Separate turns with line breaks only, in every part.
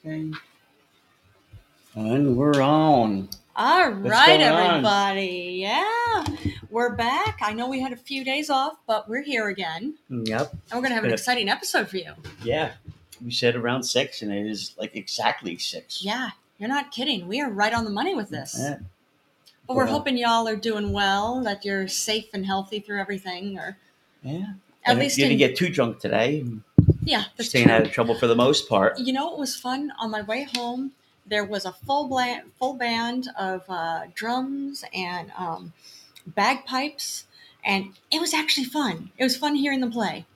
Okay. And we're on.
All
What's
right,
going on?
everybody. Yeah, we're back. I know we had a few days off, but we're here again,
Yep.
and we're gonna have an
Good.
exciting episode for you.
Yeah. We said around six, and it is like exactly six.
Yeah, you're not kidding. We are right on the money with this.
Yeah.
But we're
Well-
hoping y'all are doing well, that you're safe and healthy through everything, or
yeah.
at
And
least
you
in,
didn't get too drunk today.
yeah. that's
Staying
true.
out of trouble for the most part.
You know, it was fun. On my way home, there was a full bland, full band of uh, drums and um, bagpipes, and it was actually fun. It was fun hearing them play.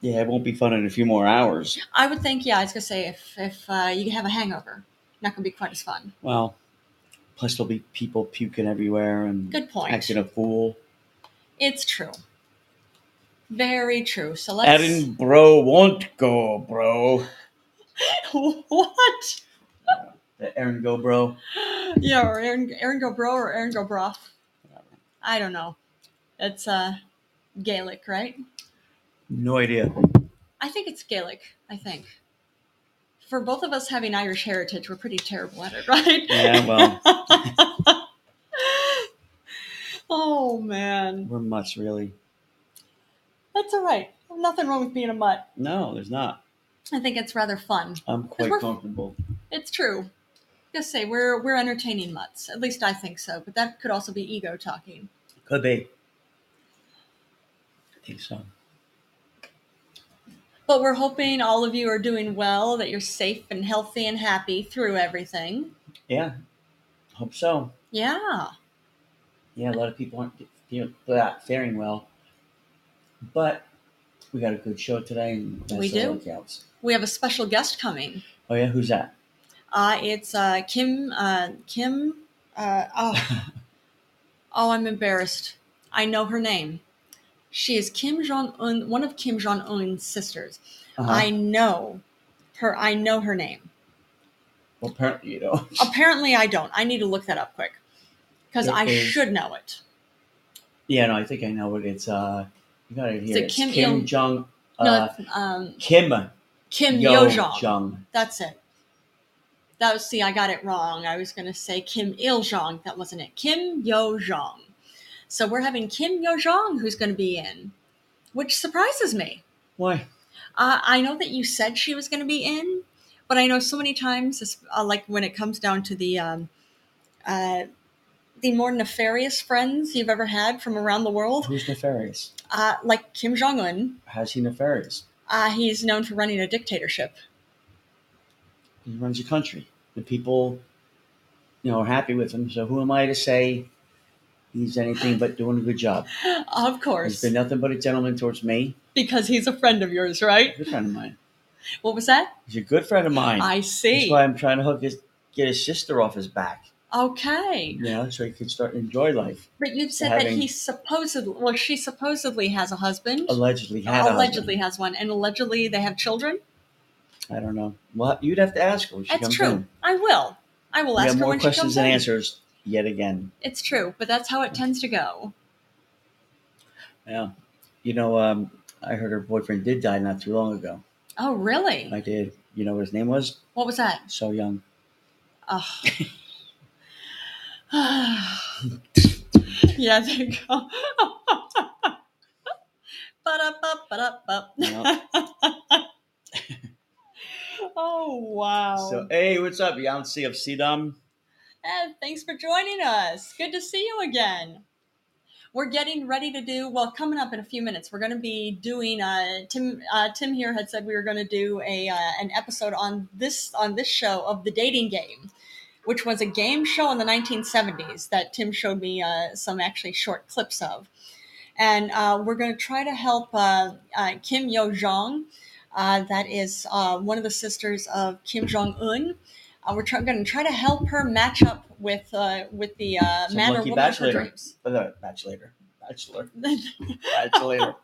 Yeah, it won't be fun in a few more hours.
I would think, yeah, I was gonna say if if uh, you have a hangover, not gonna be quite as fun.
Well, plus there'll be people puking everywhere and
Good point.
acting a fool.
It's true. Very true. So let's.
Aaron bro won't go, bro.
what?
The Aaron Uh, go, bro.
Yeah, or Aaron, Aaron Go Bro or Aaron Go Broth. I don't know. It's uh, Gaelic, right?
No idea.
I think it's Gaelic. I think. For both of us having Irish heritage, we're pretty terrible at it, right?
Yeah, well,
oh man,
we're mutts, really.
that's all right. Nothing wrong with being a mutt.
No, there's not.
I think it's rather fun.
I'm quite
we're-
comfortable.
It's true. Just say we're we're entertaining mutts. At least I think so. But that could also be ego talking.
Could be. I think so.
But we're hoping all of you are doing well, that you're safe and healthy and happy through everything.
Yeah, hope so.
Yeah.
Yeah, a lot of people aren't you know, blah, faring well, but we got a good show today, and that's
We
all
do.
that counts.
We have a special guest coming.
Oh yeah, who's that?
Uh, it's uh, Kim. Uh, Kim. Uh, oh, oh, I'm embarrassed. I know her name. She is Kim Jong Un, one of Kim Jong Un's sisters.
Uh-huh.
I know her. I know her name.
well, apparently you know.
Apparently, I don't. I need to look that up quick because
It
I
is-
should know it.
Yeah, no, I think I know what it's. Uh, you got it here.
it
It's
Kim
Kim,
Il-
Jong. Uh,
No, it's, um,
Kim
Kim Yo
Yo
Jong.
Jong.
That's it. That was see, I got it wrong. I was gonna say Kim Il Jong. That wasn't it. Kim Yo Jong. So we're having Kim Yo Jong, who's going to be in, which surprises me.
Why?
Uh, I know that you said she was going to be in, but I know so many times, it's, uh, like when it comes down to the um, uh, the more nefarious friends you've ever had from around the world,
Who's nefarious?
uh, like Kim Jong Un,
How's he nefarious?
uh, he's known for running a dictatorship.
He runs a country. The people, you know, are happy with him. So who am I to say he's anything but doing a good job?
Of
He's
course,
been nothing but a gentleman towards me.
because he's a friend of yours, right?
He's a good friend of mine.
What was that?
He's a good friend of mine.
I
That's
see.
why I'm trying to hook his, get his sister off his back.
Okay.
You know, so he can start to enjoy life.
But you said that
having-
he supposedly, well, she supposedly has a husband.
Allegedly had a
Allegedly has one, and allegedly they have children.
husband. I don't know. Well, you'd have to ask her. When she
That's
comes
true.
In.
I will. I will
We
ask
have
her
more
when she comes
questions than
in.
answers yet again.
It's true, but that's how it tends to go.
Yeah. You know, um, I heard her boyfriend did die not too long ago.
Oh, really?
I did. You know what his name was?
What was that?
So young.
Ah. Oh. yeah, there you go. Ba-da-ba, ba-da-ba.
Yeah.
oh wow!
So, hey, what's up, Yancy of Sidam?
And thanks for joining us. Good to see you again. We're getting ready to do well. Coming up in a few minutes, we're going to be doing. Uh, Tim uh, Tim here had said we were going to do a uh, an episode on this on this show of the dating game, which was a game show in the 1970s that Tim showed me uh, some actually short clips of, and uh, we're going to try to help uh, uh, Kim Yo Jong. Uh, that is uh, one of the sisters of Kim Jong Un. Uh, we're try- going to try to help her match up with uh, with the uh,
Some
man or
lucky
woman of her
bachelor.
dreams.
Oh, no, bachelor. Bachelor. Bachelor.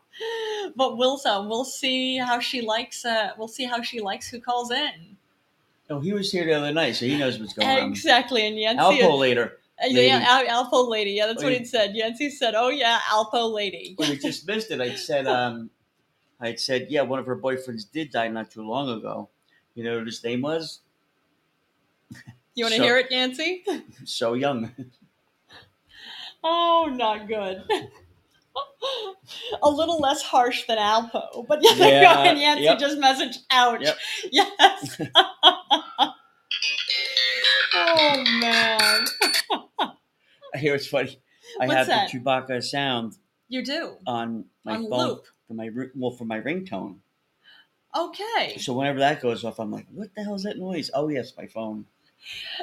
but we'll so we'll see how she likes. Uh, we'll see how she likes who calls in.
no, he was here the other night, so he knows what's going on.
Exactly, and Yancy.
Alpo later.
uh,
lady.
yeah, Al- Alpo lady. Yeah, that's what
Lady.
he said. Yancy said, "Oh yeah, Alpo lady."
When I just missed it, I said, um, I said, yeah, one of her boyfriends did die not too long ago. You know what his name was?
You want to
So-
hear it, Yancy?
So young.
Oh, not good. A little less harsh than Alpo, but yeah, there you go.
Yeah,
and Yancy
yep.
just messaged, ouch.
Yep.
Yes. oh, man.
I hear it's funny. I
What's
have
that?
the Chewbacca sound
You do.
on my
On
phone
loop.
for my ri- well for my ringtone.
Okay.
So whenever that goes off, I'm like, "What the hell is that noise?" Oh yes, my phone.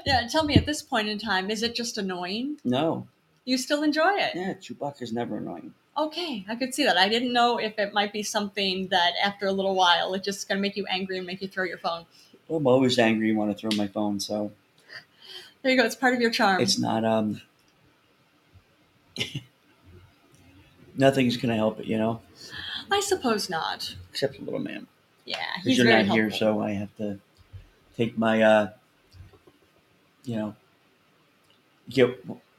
Yeah, tell me at this point in time, is it just annoying?
No,
You still enjoy it?
yeah, Chewbacca's never annoying.
Okay, I could see that. I didn't know if it might be something that after a little while, it's just going to make you angry and make you throw your phone.
I'm always angry and want to throw my phone, so
There you go. It's part of your charm.
it's not um. Nothing's gonna help it, you know,
I suppose not.
except the little man.
Yeah,
Because
he's
you're
very
not here,
helpful.
so I have to take my, uh, you know, get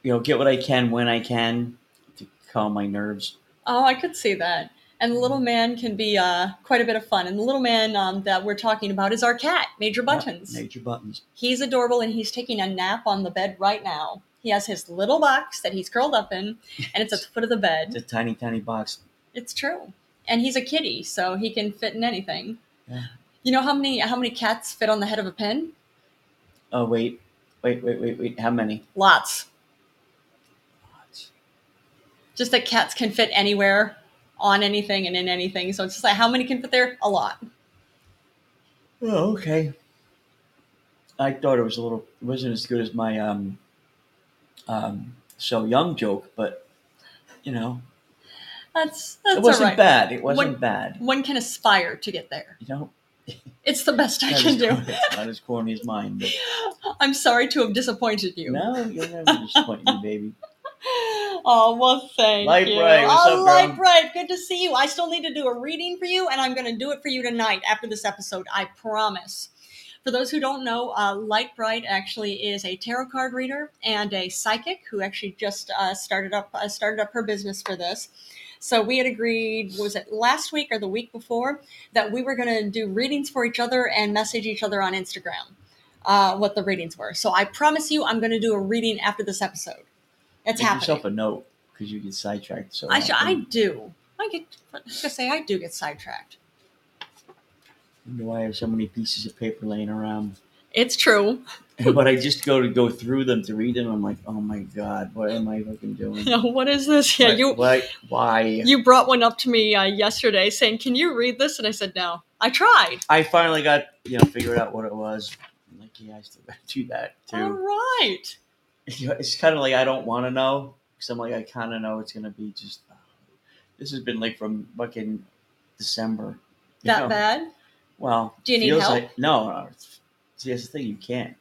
you know get what I can when I can to calm my nerves.
Oh, I could see that. And the little man can be uh, quite a bit of fun. And the little man um, that we're talking about is our cat, Major Buttons.
Yeah, Major buttons.
He's adorable and he's taking a nap on the bed right now. He has his little box that he's curled up in, and it's at the foot of the
It's
bed.
a tiny, tiny box.
It's true. And he's a kitty, so he can fit in anything.
Yeah.
You know how many how many cats fit on the head of a pin?
Oh wait, wait, wait, wait, wait. How many?
Lots. Just that cats can fit anywhere, on anything, and in anything. So it's just like how many can fit there? A lot.
Oh, okay. I thought it was a little. It wasn't as good as my um, um, so young joke, but you know,
That's that's
it
all
wasn't
right.
bad. It wasn't
When-
bad.
One can aspire to get there.
You know,
It's the best I
Not
can
as
do.
corny- Not as corny as mine. But
I'm sorry to have disappointed you.
no, you'll never disappoint me, baby.
Oh well, thank
Light
you.
bright, what's
oh,
up,
light
girl?
bright, good to see you. I still need to do a reading for you, and I'm going to do it for you tonight after this episode. I promise. For those who don't know, uh, Light Bright actually is a tarot card reader and a psychic who actually just uh, started up uh, started up her business for this. So we had agreed, was it last week or the week before, that we were going to do readings for each other and message each other on Instagram uh, what the readings were. So I promise you, I'm going to do a reading after this episode. It's
Make
happening.
yourself a note because you get sidetracked. So
I, sh- I
often.
do. I get. I was gonna say I do get sidetracked.
Wonder why I have so many pieces of paper laying around.
It's true.
but I just go to go through them to read them. I'm like, oh my god, what am I fucking doing?
what is this? Yeah,
What-
you
What? Why?
you brought one up to me uh, yesterday saying, "Can you read this?" And I said, "No, I tried."
I finally got you know figured out what it was. I'm like, yeah, I still gotta do that
All
too.
right.
It's kind of like I don't want to know because I'm like I kind of know it's gonna be just. uh, This has been like from fucking December. you
That
know?
bad?
Well,
Do you need
feels
help?
Like, no, no. it's- See, that's the thing. You can't.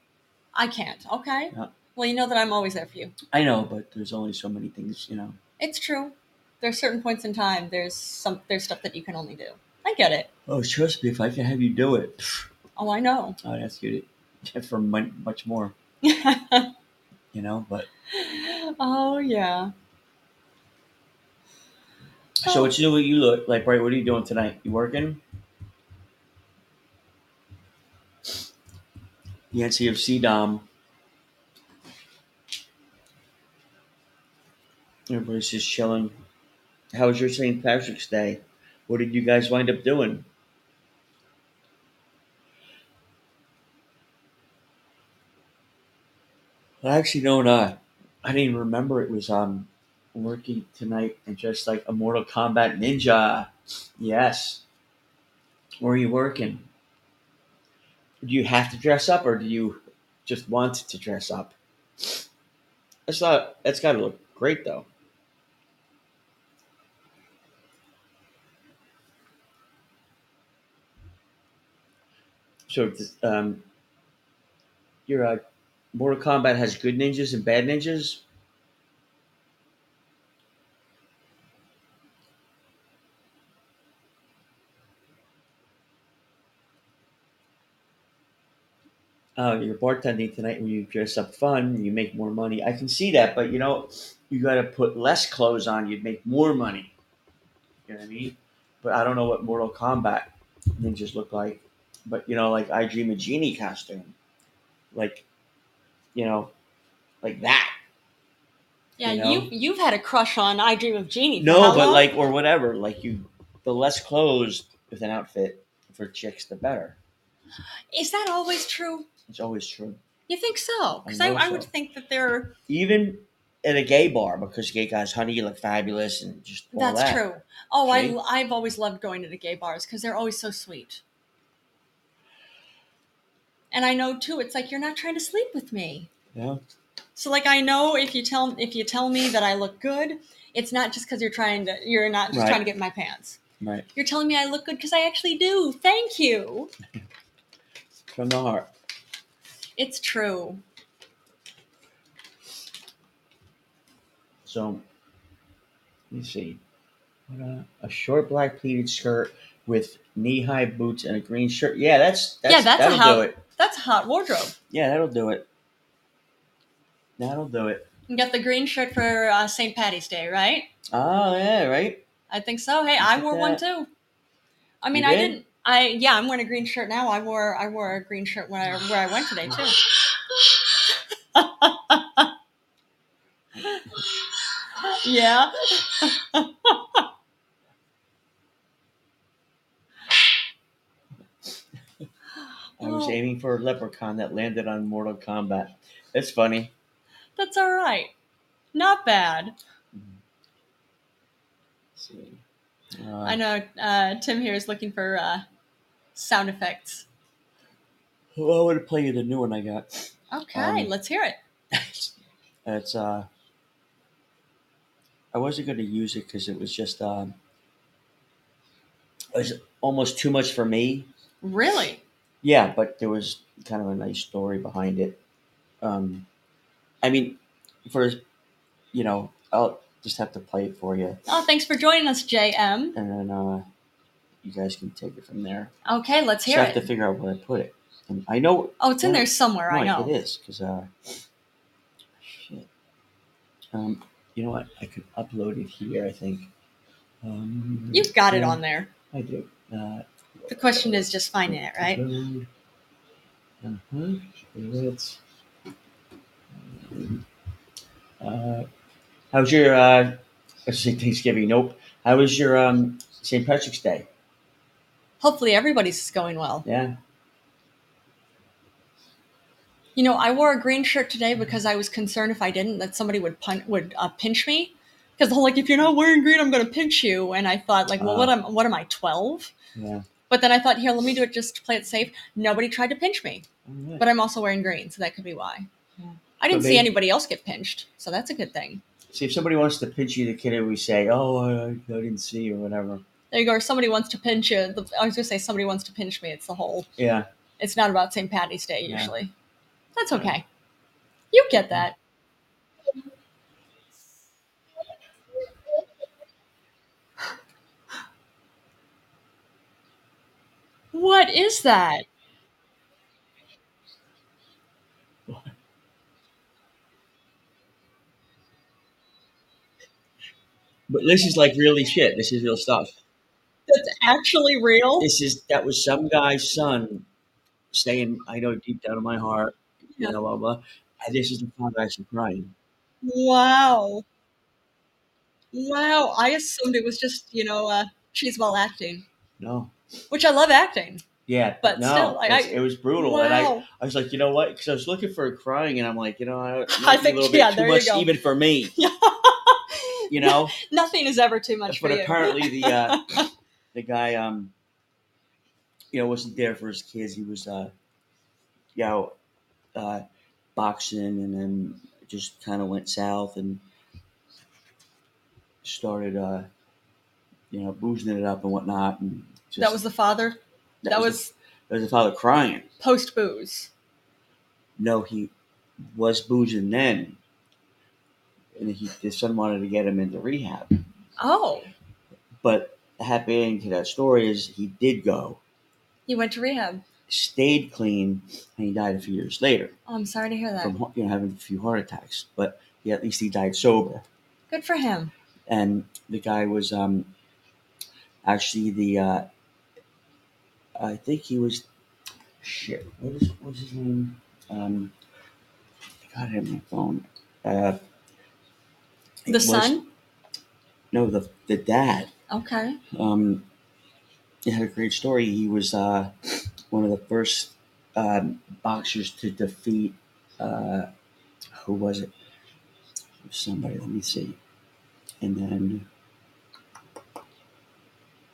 I can't. Okay.
Yeah.
Well, you know that I'm always there for you.
I know, but there's only so many things. You know.
It's true. There's certain points in time. There's some. There's stuff that you can only do. I get it.
Oh, trust me, if I can have you do it, pff,
Oh, I know.
I would ask you to for mon- much more. You know, but
oh yeah.
so what you do? What you look like? Right? What are you doing tonight? You working? The NCFC Dom. Everybody's just chilling. How was your St. Patrick's Day? What did you guys wind up doing? I actually don't. Uh, I didn't even remember it was um working tonight and just like a Mortal Kombat ninja. Yes. Where are you working? Do you have to dress up or do you just want to dress up? That's not that's gotta look great though. So um your uh, Mortal Kombat has good ninjas and bad ninjas. oh, you're bartending tonight when you dress up fun, you make more money. I can see that, but you know, you got to put less clothes on, you'd make more money. You know what I mean? But I don't know what Mortal Kombat ninjas look like. But you know, like I Dream a Genie costume, like you know, like that.
Yeah,
You know?
you you've had a crush on I Dream of Jeannie. for
No,
how
but
long?
like or whatever, like you, the less clothes with an outfit for chicks, the better.
is that always true?
It's always true.
You think so? Because
I
I,
know
I,
so.
would think that they're
Even at a gay bar, because gay guys, honey, you look fabulous, and just all
that's
that.
true. Oh,
See?
I I've always loved going to the gay bars because they're always so sweet. And I know too. It's like you're not trying to sleep with me.
Yeah.
So like I know if you tell if you tell me that I look good, it's not just because you're trying to you're not just
Right.
trying to get in my pants.
Right.
You're telling me I look good because I actually do. Thank you.
From the heart.
It's true.
So, let me see. What, uh, a short black pleated skirt with knee high boots and a green shirt. Yeah, that's, that's
Yeah, that's a
that'll
how-
do it.
That's a hot wardrobe.
Yeah, that'll do it. That'll do it.
You got the green shirt for uh, St. Patty's Day, right?
Oh yeah, right.
I think so. Hey, I
Look at
wore one
that.
too. I mean,
You
I
did?
didn't. I yeah, I'm wearing a green shirt now. I wore I wore a green shirt when I where I went today too. yeah.
I was
Oh.
aiming for a leprechaun that landed on Mortal Kombat. It's funny.
That's all right. Not bad.
Let's see.
I
Uh,
know uh, Tim here is looking for uh, sound effects.
well, I want to play you the new one I got.
Okay,
Um,
let's hear it.
it's uh, I wasn't going to use it because it was just um, it was almost too much for me.
Really?
Yeah, but there was kind of a nice story behind it. Um, I mean, for you know, I'll just have to play it for you,
Oh, thanks for joining us,
and
JM.
then uh, you guys can take it from there.
Okay, let's
Just
hear
have to
it.
figure out where I put it. And I know
Oh, it's in
Yeah.
there somewhere. I
no,
know.
it is because uh, shit. Um, you know what? I could upload it here. I think. Um,
You've got it
yeah,
on there.
I do. Uh,
The question is just finding it, right?
upload. Uh-huh. Here it's- Um, Uh, how was your uh, I was saying Thanksgiving? Nope. How was your um, St. Patrick's Day?
Hopefully, everybody's is going well.
Yeah.
You know, I wore a green shirt today because I was concerned if I didn't that somebody would pun- would uh, pinch me. Because the whole like, if you're not wearing green, I'm going to pinch you. And I thought, like, well,
Ah.
what am what am I twelve?
Yeah.
But then I thought, here, let me do it just to play it safe. Nobody tried to pinch me,
All right.
but I'm also wearing green, so that could be why.
Yeah.
I didn't
Could
see
be.
anybody else get pinched, so that's a good thing.
See, if somebody wants to pinch you, the kid always say, "Oh, I, I didn't see," or whatever.
There you go. If somebody wants to pinch you, the, I was going to say somebody wants to pinch me. It's the whole.
Yeah.
It's not about St. Patty's Day
Yeah.
usually. That's okay. You get that. What is that?
But this is like really shit. This is real stuff.
That's actually real.
This is that was some guy's son saying, "I know deep down in my heart,
Yeah.
blah blah blah." And this is the father actually crying.
Wow. Wow. I assumed it was just, you know, uh, she's while acting,
No,
which I love acting.
yeah,
But
no,
still, I-
it's-
I-
it was brutal.
wow.
And I, I was like, you know what? Because I was looking for a crying, and I'm like, you know, I, it
I
might be
think-
a little
yeah,
bit
there
too
you
much
go.
even for me, you know.
Nothing is ever too much for
but
you.
apparently the uh, the guy, um, you know, wasn't there for his kids. He was, uh, you know, uh, boxing, and then just kind of went south and started, uh, you know, boozing it up and whatnot. And just,
that was the father. That, was,
the, that was the father crying.
post booze.
No, he was boozing then, and he his son wanted to get him into rehab.
Oh,
But the happy ending to that story is he did go,
he went to rehab.
stayed clean, and he died a few years later.
Oh, I'm sorry to hear that.
from you know having a few heart attacks, but he, at least he died sober.
Good for him.
And the guy was um, actually the uh, I think he was shit. What is what's his name? Um, God, I have my phone. Uh, it
The
was-
son?
No, the the dad.
Okay.
Um, he had a great story. He was uh, one of the first um, boxers to defeat. Uh, who was it? Somebody. Let me see. And then,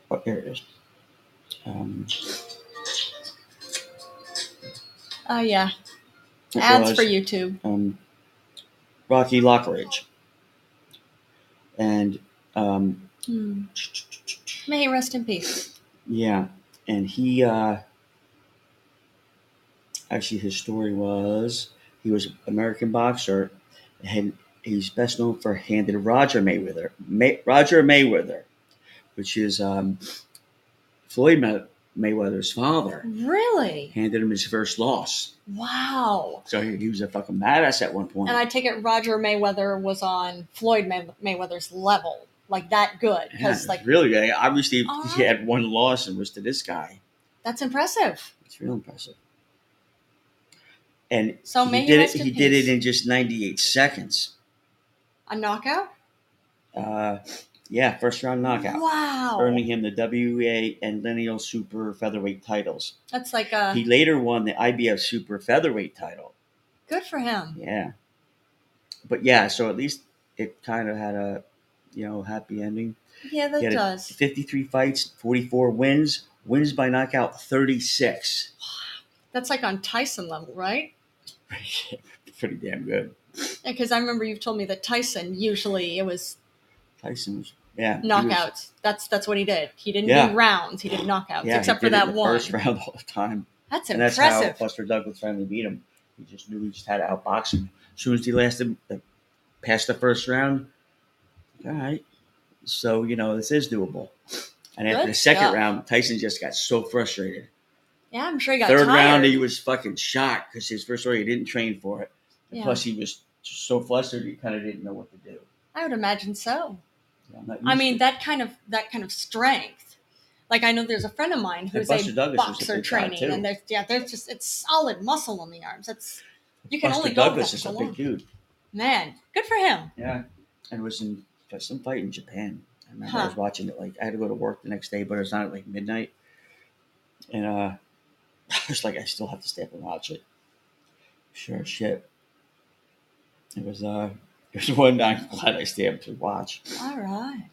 oh, here it is. Um,
Oh, yeah.
it
Ads
was-
for YouTube.
um, Rocky Lockridge. And um,
Hmm. May he rest in peace.
yeah, and he uh, actually his story was he was an American boxer, and he's best known for handed Roger Mayweather, May, Roger Mayweather, which is um, Floyd May- Mayweather's father,
Really?
handed him his first loss.
Wow.
So he, he was a fucking badass at one point.
And I take it Roger Mayweather was on Floyd May- Mayweather's level, like that good,
Yeah,
because like
really, I- obviously,
Uh-huh.
he had one loss and was to this guy.
that's impressive.
It's real impressive. And
So may
he
he,
did it.
rest in
He
peace.
did it in just 98 seconds.
a knockout.
Uh, yeah, first round knockout,
Wow.
earning him the WBA and lineal super featherweight titles.
That's like uh, a
He later won the IBF super featherweight title.
good for him.
Yeah, but yeah, so at least it kind of had a you know happy ending.
Yeah, that
He had a-
does.
53 fights, 44 wins, wins by knockout 36.
That's like on Tyson level, right?
Pretty damn good.
Because I remember you've told me that Tyson usually it was
Tyson was yeah he was-
knockouts. that's that's what he did. He didn't
Yeah.
do rounds. He did knockouts,
Yeah, he
except
did
for
it in
that
the
one.
first round all the time.
That's
and that's
impressive.
how Buster Douglas finally beat him. He just knew he just had to outbox him. As soon as he lasted like, past the first round, all right. So you know this is doable. And after
Good
the second
stuff.
round, Tyson just got so frustrated.
yeah, I'm sure he got
Third
tired.
round, he was fucking shocked because his first round he didn't train for it. And
Yeah.
Plus, he was just so flustered he kind of didn't know what to do.
I would imagine so.
Yeah, I'm not
I
used
mean
to-
that kind of that kind of strength. Like I know there's a friend of mine who's
Buster
a
Douglas was a
boxer
big guy,
training,
too.
and there's yeah, there's just it's solid muscle on the arms. That's you can
Buster
only go
Douglas
that
is
so
a big
long.
dude.
Man, good for him.
Yeah, and was in just some fight in Japan. I remember I
Huh.
was watching it like I had to go to work the next day, but it was on at like midnight, and uh, I was like, I still have to stay up and watch it. Sure as shit. It was uh, it was one I'm glad I stayed up to watch.
All right.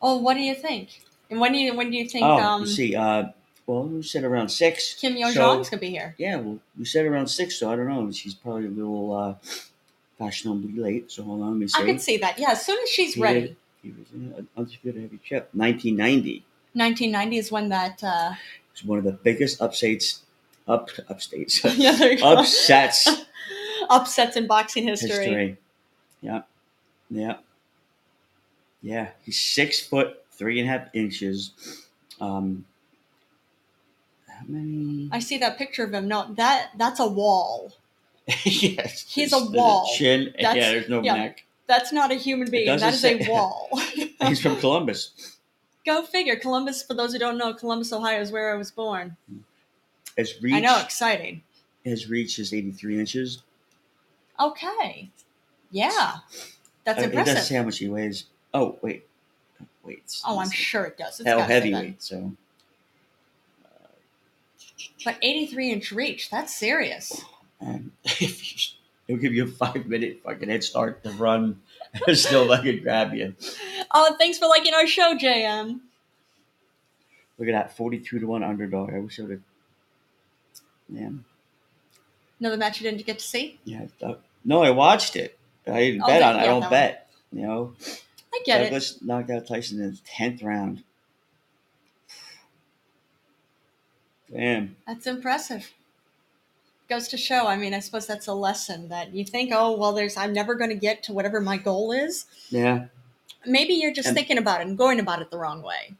Oh, what do you think? And when do you when do you think
oh,
um,
you see, uh, well, we said around six.
Kim Yo
so-
Jong's gonna be here?
Yeah, well, we said around six, so I don't know. She's probably a little uh, fashionably late. So hold on, let me see.
I could see that. Yeah, as soon as she's
Yeah.
ready.
He was in an undisputed heavy chip, 1990.
1990 is when that. Uh,
It's one of the biggest upsets, up upstates,
yeah, there you go.
upsets
Upsets in boxing history.
history. Yeah, yeah, yeah. He's six foot three and a half inches. Um, how many?
I see that picture of him. No, that that's a wall.
yes,
He's a
there's- there's
wall.
chin. and yeah,
That's-
there's no
yeah.
neck.
That's not a human being.
doesn't
That is
say-
a wall.
And He's from Columbus.
Go figure. Columbus, for those who don't know, Columbus, Ohio is where I was born.
His reach,
I know, exciting.
his reach is eighty three inches.
Okay. Yeah. That's
Uh, It doesn't
impressive.
say how much he weighs. Oh wait, wait. it's-
Oh, I'm
it's
sure it does. It's
hell
gotta say that.
heavyweight. So
But 83 inch reach, that's serious.
And if you, it'll give you a five minute fucking head start to run and still let it grab you.
Oh, thanks for liking our show, JM.
Look at that 42 to 1 underdog. I wish I would have. Yeah.
Another match you didn't get to see?
yeah that- no, I watched it. I didn't
Oh,
bet
that-
on it. I
yeah,
don't
that one.
bet. You know,
I get it.
Douglas knocked out Tyson in the 10th round. Damn.
That's impressive. Goes to show. I mean, I suppose that's a lesson that you think, oh, well, there's, I'm never going to get to whatever my goal is.
Yeah.
Maybe you're just
And-
thinking about it and going about it the wrong way.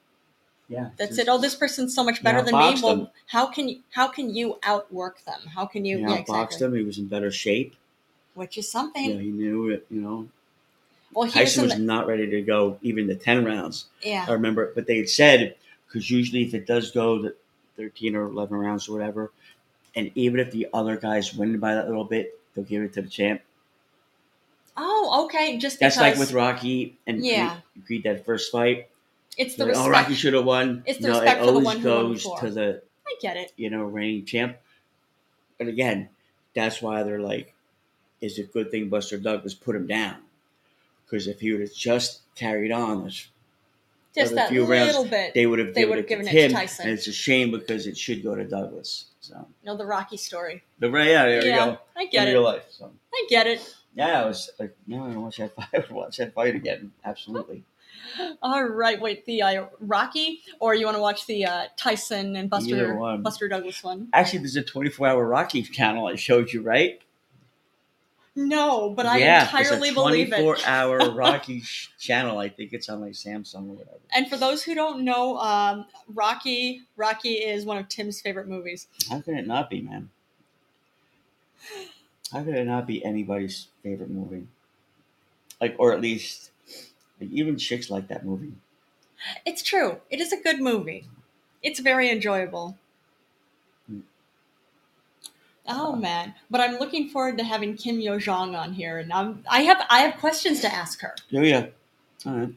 Yeah.
That's
Just-
it. Oh, this person's so much better
Yeah,
than me.
boxed
Well,
them.
how can you, how can you outwork them? How can you,
You
yeah,
know, boxed
exactly.
him. He was in better shape.
Which is something.
Yeah, he knew it. You know,
Well, he was
Tyson
in
was
the,
not ready to go even the ten rounds.
yeah,
I remember, but they had said because usually if it does go the thirteen or eleven rounds or whatever, and even if the other guys win by that little bit, They'll give it to the champ.
Oh, okay. Just
That's
because
like with Rocky and
Yeah.
Creed, Creed that first fight.
it's the
Like, oh,
respect.
Rocky should have won.
It's the
no,
respect
it
for the
always
one who won
goes
before.
to the
I get it.
you know reigning champ. But again, that's why they're like, it's a good thing Buster Douglas put him down, because if he would have just carried on, this
Just
a
that
few rounds,
little bit.
they would have
They
given,
would've
it,
given
to
it to
Tim,
Tyson.
and it's a shame because it should go to Douglas. So
no, the Rocky story.
the yeah, there
yeah,
you go.
I get
in
it.
real life. So.
I get it.
Yeah, I was like, no, I don't watch that fight. I would watch that fight again. Absolutely.
All right. Wait, the uh, Rocky, or you want to watch the uh, Tyson
Either
and Buster
one.
Buster Douglas one?
Actually, there's a 24 hour Rocky channel I showed you, right?
No, but I
yeah,
entirely
it's a 24
believe it.
hour Rocky sh- channel. I think it's on like Samsung or whatever.
And for those who don't know, um, Rocky Rocky is one of Tim's favorite movies.
How could it not be, man? How could it not be anybody's favorite movie? Like, or at least, like, even chicks like that movie.
It's true. It is a good movie. It's very enjoyable.
Mm.
Oh
Uh,
man! But I'm looking forward to having Kim Yo Jong on here, and I'm, I have I have questions to ask her.
Yeah, Oh, yeah. All right.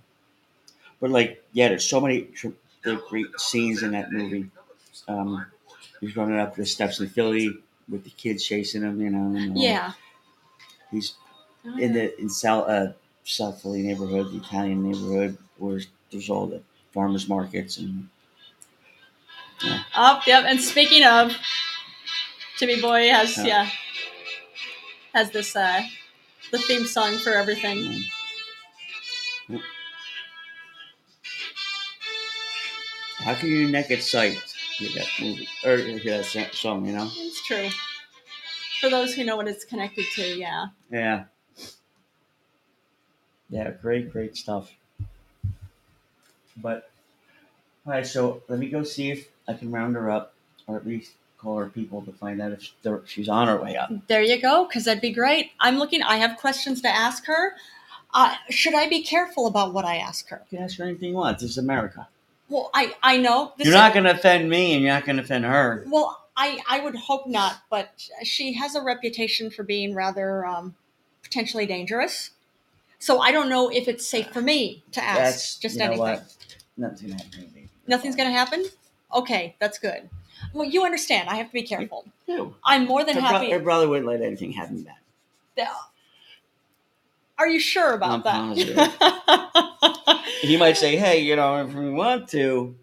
But like, yeah, there's so many tr- big great scenes in that movie. Um, he's running up the steps in Philly with the kids chasing him, you know. and all.
Yeah. Mm-hmm.
He's in the in South uh, South Philly neighborhood, the Italian neighborhood, where there's all the farmers markets and
Up, Oh, yep. And speaking of, Jimmy Boy has
Huh.
yeah has this uh the theme song for everything.
you know. How can you not get psyched with that movie or hear that sa- song? You know,
It's true. For those who know what it's connected to, yeah.
yeah, yeah, great, great stuff. But all right, so let me go see if I can round her up, or at least call her people to find out if they're- she's on her way up.
There you go, because that'd be great. I'm looking. I have questions to ask her. Uh, should I be careful about what I ask her?
You can ask her anything you want. This is America.
Well, I I know this
you're
is-
not going to offend me, and you're not going to offend her.
Well, I I would hope not, but she has a reputation for being rather um, potentially dangerous. So I don't know if it's safe for me to ask
That's
just
you know
anything.
What? Nothing's going to happen. to me.
Nothing's going to happen. Okay, that's good. Well, you understand. I have to be careful.
No.
I'm more than
Her, bro-
happy.
her brother wouldn't let anything happen back.
Are you
I'm
sure about
positive.
that?
He might say, "Hey, you know, if we want to."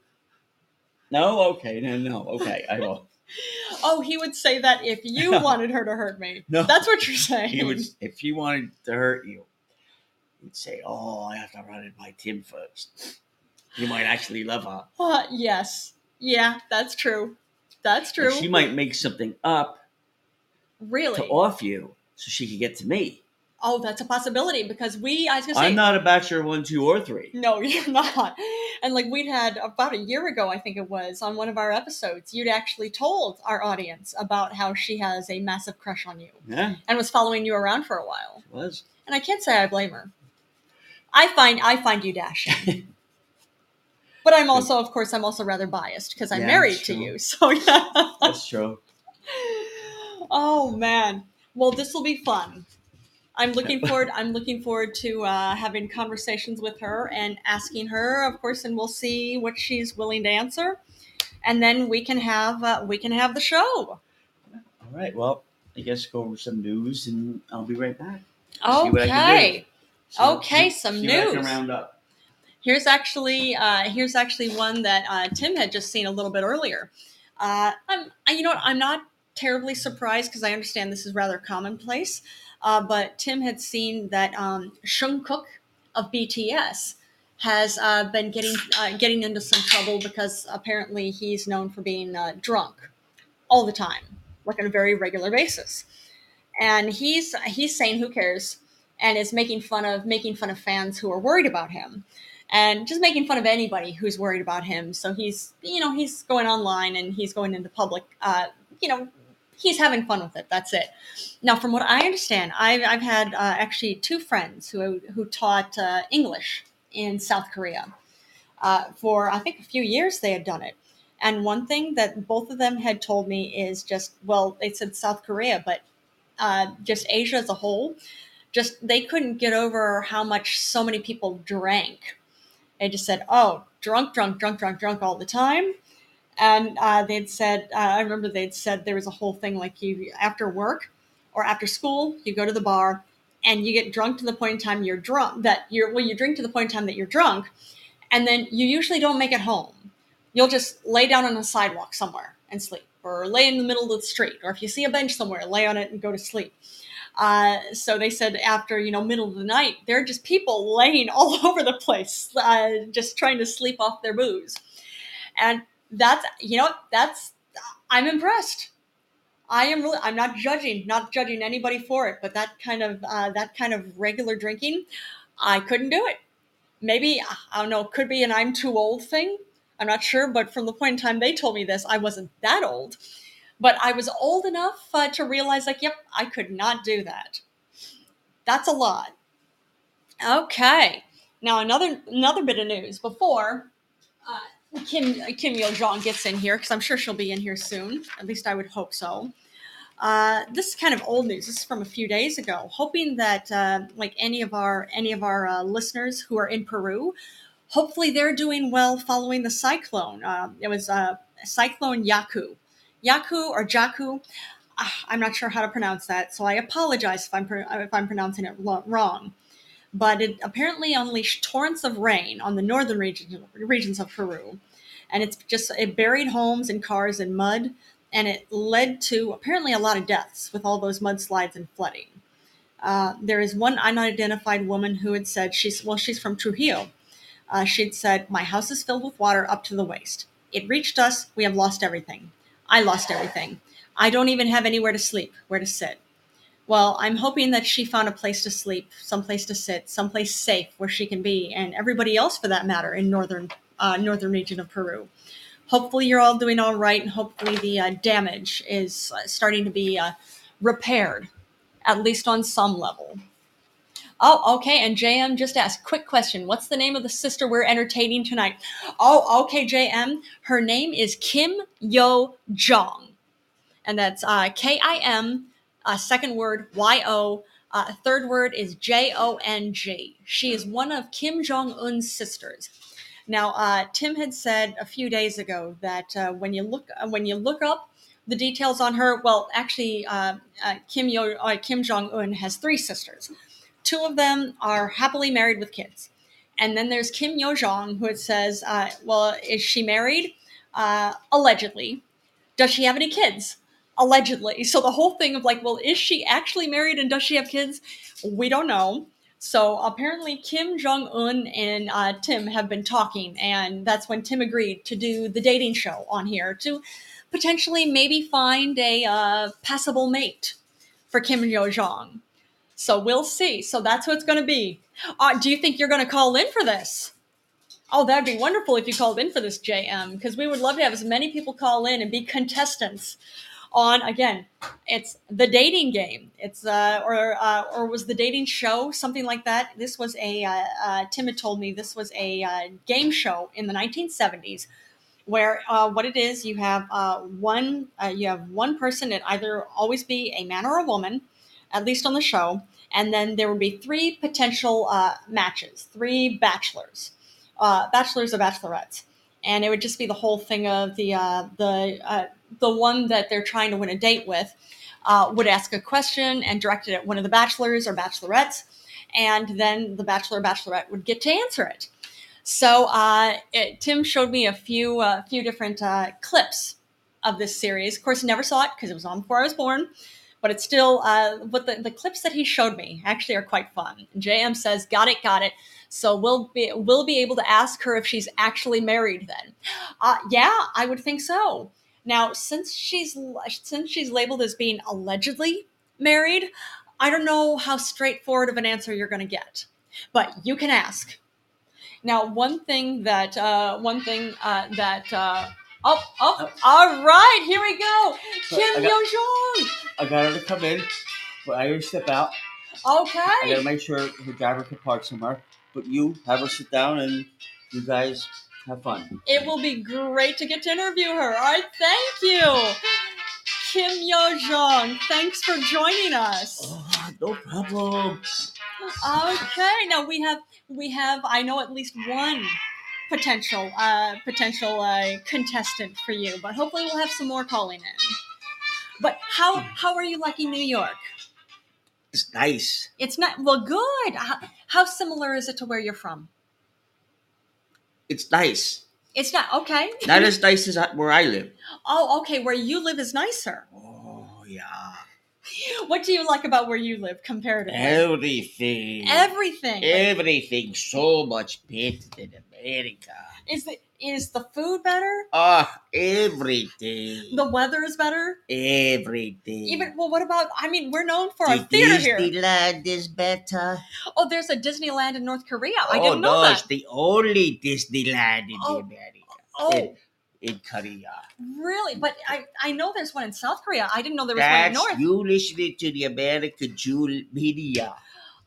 No, okay, no, no, okay, I will.
oh, he would say that if you
No.
wanted her to hurt me.
No.
That's what you're saying.
He would, if he wanted to hurt you, he'd say, "Oh, I have to run it by Tim first. You might actually love her.
Uh, yes. Yeah, that's true. That's
And
true.
She might make something up
really?
to off you, so she could get to me.
Oh, that's a possibility because we, I was gonna say,
I'm not a bachelor one, two, or three.
no, you're not. And like we'd had about a year ago, I think it was, on one of our episodes, you'd actually told our audience about how she has a massive crush on you
Yeah,
and was following you around for a while.
it was.
And I can't say I blame her. I find I find you dashing. But I'm also, of course, I'm also rather biased because I'm
Yeah,
married
that's
to
true.
you. So yeah.
That's true.
oh man well this will be fun i'm looking forward i'm looking forward to uh, having conversations with her and asking her of course and we'll see what she's willing to answer and then we can have uh, we can have the show
All right. Well, I guess go over some news, and I'll be right back. See what I can
okay
See what-
Okay, some
see what I can
news.
round up.
here's actually uh, here's actually one that uh, tim had just seen a little bit earlier uh, I'm, I, you know what i'm not terribly surprised because i understand this is rather commonplace uh, but tim had seen that um, jungkook of bts has uh, been getting uh, getting into some trouble because apparently he's known for being uh, drunk all the time like on a very regular basis and he's he's saying who cares and is making fun of making fun of fans who are worried about him and just making fun of anybody who's worried about him. So he's, you know, he's going online and he's going into public. Uh, you know, he's having fun with it. That's it. Now, from what I understand, I've, I've had uh, actually two friends who who taught uh, English in South Korea uh, for I think a few years. They had done it. And one thing that both of them had told me is just, well, they said South Korea, but uh, just Asia as a whole, just they couldn't get over how much so many people drank. They just said, "Oh, drunk, drunk, drunk, drunk, drunk all the time." And uh, they'd said, uh, I remember they'd said there was a whole thing like you after work or after school, you go to the bar and you get drunk to the point in time you're drunk that you're well, you drink to the point in time that you're drunk, and then you usually don't make it home. You'll just lay down on a sidewalk somewhere and sleep, or lay in the middle of the street, or if you see a bench somewhere, lay on it and go to sleep. Uh, so they said after you know middle of the night, there are just people laying all over the place, uh, just trying to sleep off their booze, and that's you know that's I'm impressed. I am really I'm not judging, not judging anybody for it, but that kind of uh, that kind of regular drinking, I couldn't do it. Maybe I don't know. Could be an I'm too old thing. I'm not sure, but from the point in time they told me this, I wasn't that old but I was old enough uh, to realize, like, yep, I could not do that. That's a lot. Okay, now another another bit of news before uh, Kim Kim Yo Jong gets in here because I'm sure she'll be in here soon. At least I would hope so. Uh, this is kind of old news. This is from a few days ago. Hoping that uh, like any of our any of our uh, listeners who are in Peru, hopefully they're doing well following the cyclone. Um, it was uh, Cyclone Yaku. Yaku or Jaku. Uh, I'm not sure how to pronounce that, so I apologize if I'm pro- uh, if I'm pronouncing it lo- wrong. But it apparently unleashed torrents of rain on the northern region, regions of Peru, and it's just it buried homes and cars in mud, and it led to apparently a lot of deaths with all those mudslides and flooding. Uh, there is one unidentified woman who had said she's well she's from Trujillo. Uh, she'd said my house is filled with water up to the waist. It reached us. We have lost everything. I lost everything. I don't even have anywhere to sleep, where to sit. Well, I'm hoping that she found a place to sleep, someplace to sit, someplace safe where she can be, and everybody else for that matter in northern uh, northern region of Peru. Hopefully, you're all doing all right, and hopefully, the uh, damage is uh, starting to be repaired, at least on some level. Oh, okay. And JM just asked, quick question. What's the name of the sister we're entertaining tonight? Oh, okay, JM. Her name is Kim Yo Jong. And that's uh, K I M, uh, second word, Y O. Uh, third word is J O N G. She is one of Kim Jong Un's sisters. Now, uh, Tim had said a few days ago that uh, when you look when you look up the details on her, well, actually, uh, Kim Yo uh, Kim Jong Un has three sisters two of them are happily married with kids. And then there's Kim Yo Jong, who it says, uh, well, is she married? Uh, allegedly. Does she have any kids? Allegedly. So the whole thing of like, well, is she actually married and does she have kids? We don't know. So apparently, Kim Jong Un and uh, Tim have been talking, and that's when Tim agreed to do the dating show on here to potentially maybe find a uh, passable mate for Kim Yo Jong. So we'll see. So that's what it's going to be. Uh, do you think you're going to call in for this? Oh, that'd be wonderful if you called in for this, JM, because we would love to have as many people call in and be contestants on again. It's the dating game. It's uh, or uh, or was the dating show something like that? This was a uh, Tim had told me this was a uh, game show in the 1970s where uh, what it is you have uh, one you have one person. It either always be a man or a woman, at least on the show and then there would be three potential uh, matches, three bachelors, uh, bachelors or bachelorettes, and it would just be the whole thing of the uh, the the one that they're trying to win a date with uh, would ask a question and direct it at one of the bachelors or bachelorettes, and then the bachelor or bachelorette would get to answer it. So uh, it, Tim showed me a few a few different uh, clips of this series. Of course, I never saw it because it was on before I was born but it's still uh, what the, the clips that he showed me actually are quite fun. JM says, "Got it, got it." So we'll be we'll be able to ask her if she's actually married then. Uh, yeah, I would think so. Now, since she's since she's labeled as being allegedly married, I don't know how straightforward of an answer you're going to get, but you can ask. Now, one thing that uh, one thing uh, that. Uh, Oh, oh, oh, all right, here we go. So Kim Yo Jong.
I got her to come in, but I gotta step out.
Okay. I
gotta make sure her driver can park somewhere. But you have her sit down and you guys have fun.
It will be great to get to interview her. All right, thank you. Kim Yo Jong. Thanks for joining us.
Oh, no problem.
Okay, now we have we have I know at least one potential uh, potential uh, contestant for you, but hopefully we'll have some more calling in. But how how are you liking New York?
It's nice.
It's not well good. How, how similar is it to where you're from?
It's nice.
It's not okay.
Not as nice as I- where I live.
oh, okay. Where you live is nicer.
Oh, yeah.
What do you like about where you live compared to
Everything.
everything?
Everything so much better than America.
Is the is the food better?
Ah, everything.
The weather is better.
Everything.
Even well, what about? I mean, we're known for our theater here.
Disneyland is better.
Oh, there's a Disneyland in North Korea. I
oh,
didn't know
no, it's
that.
the only Disneyland in
Oh,
America.
Oh,
In Korea.
really? But I I know there's one in South Korea. I didn't know there was
That's
one in North.
you listening to the American Jew media.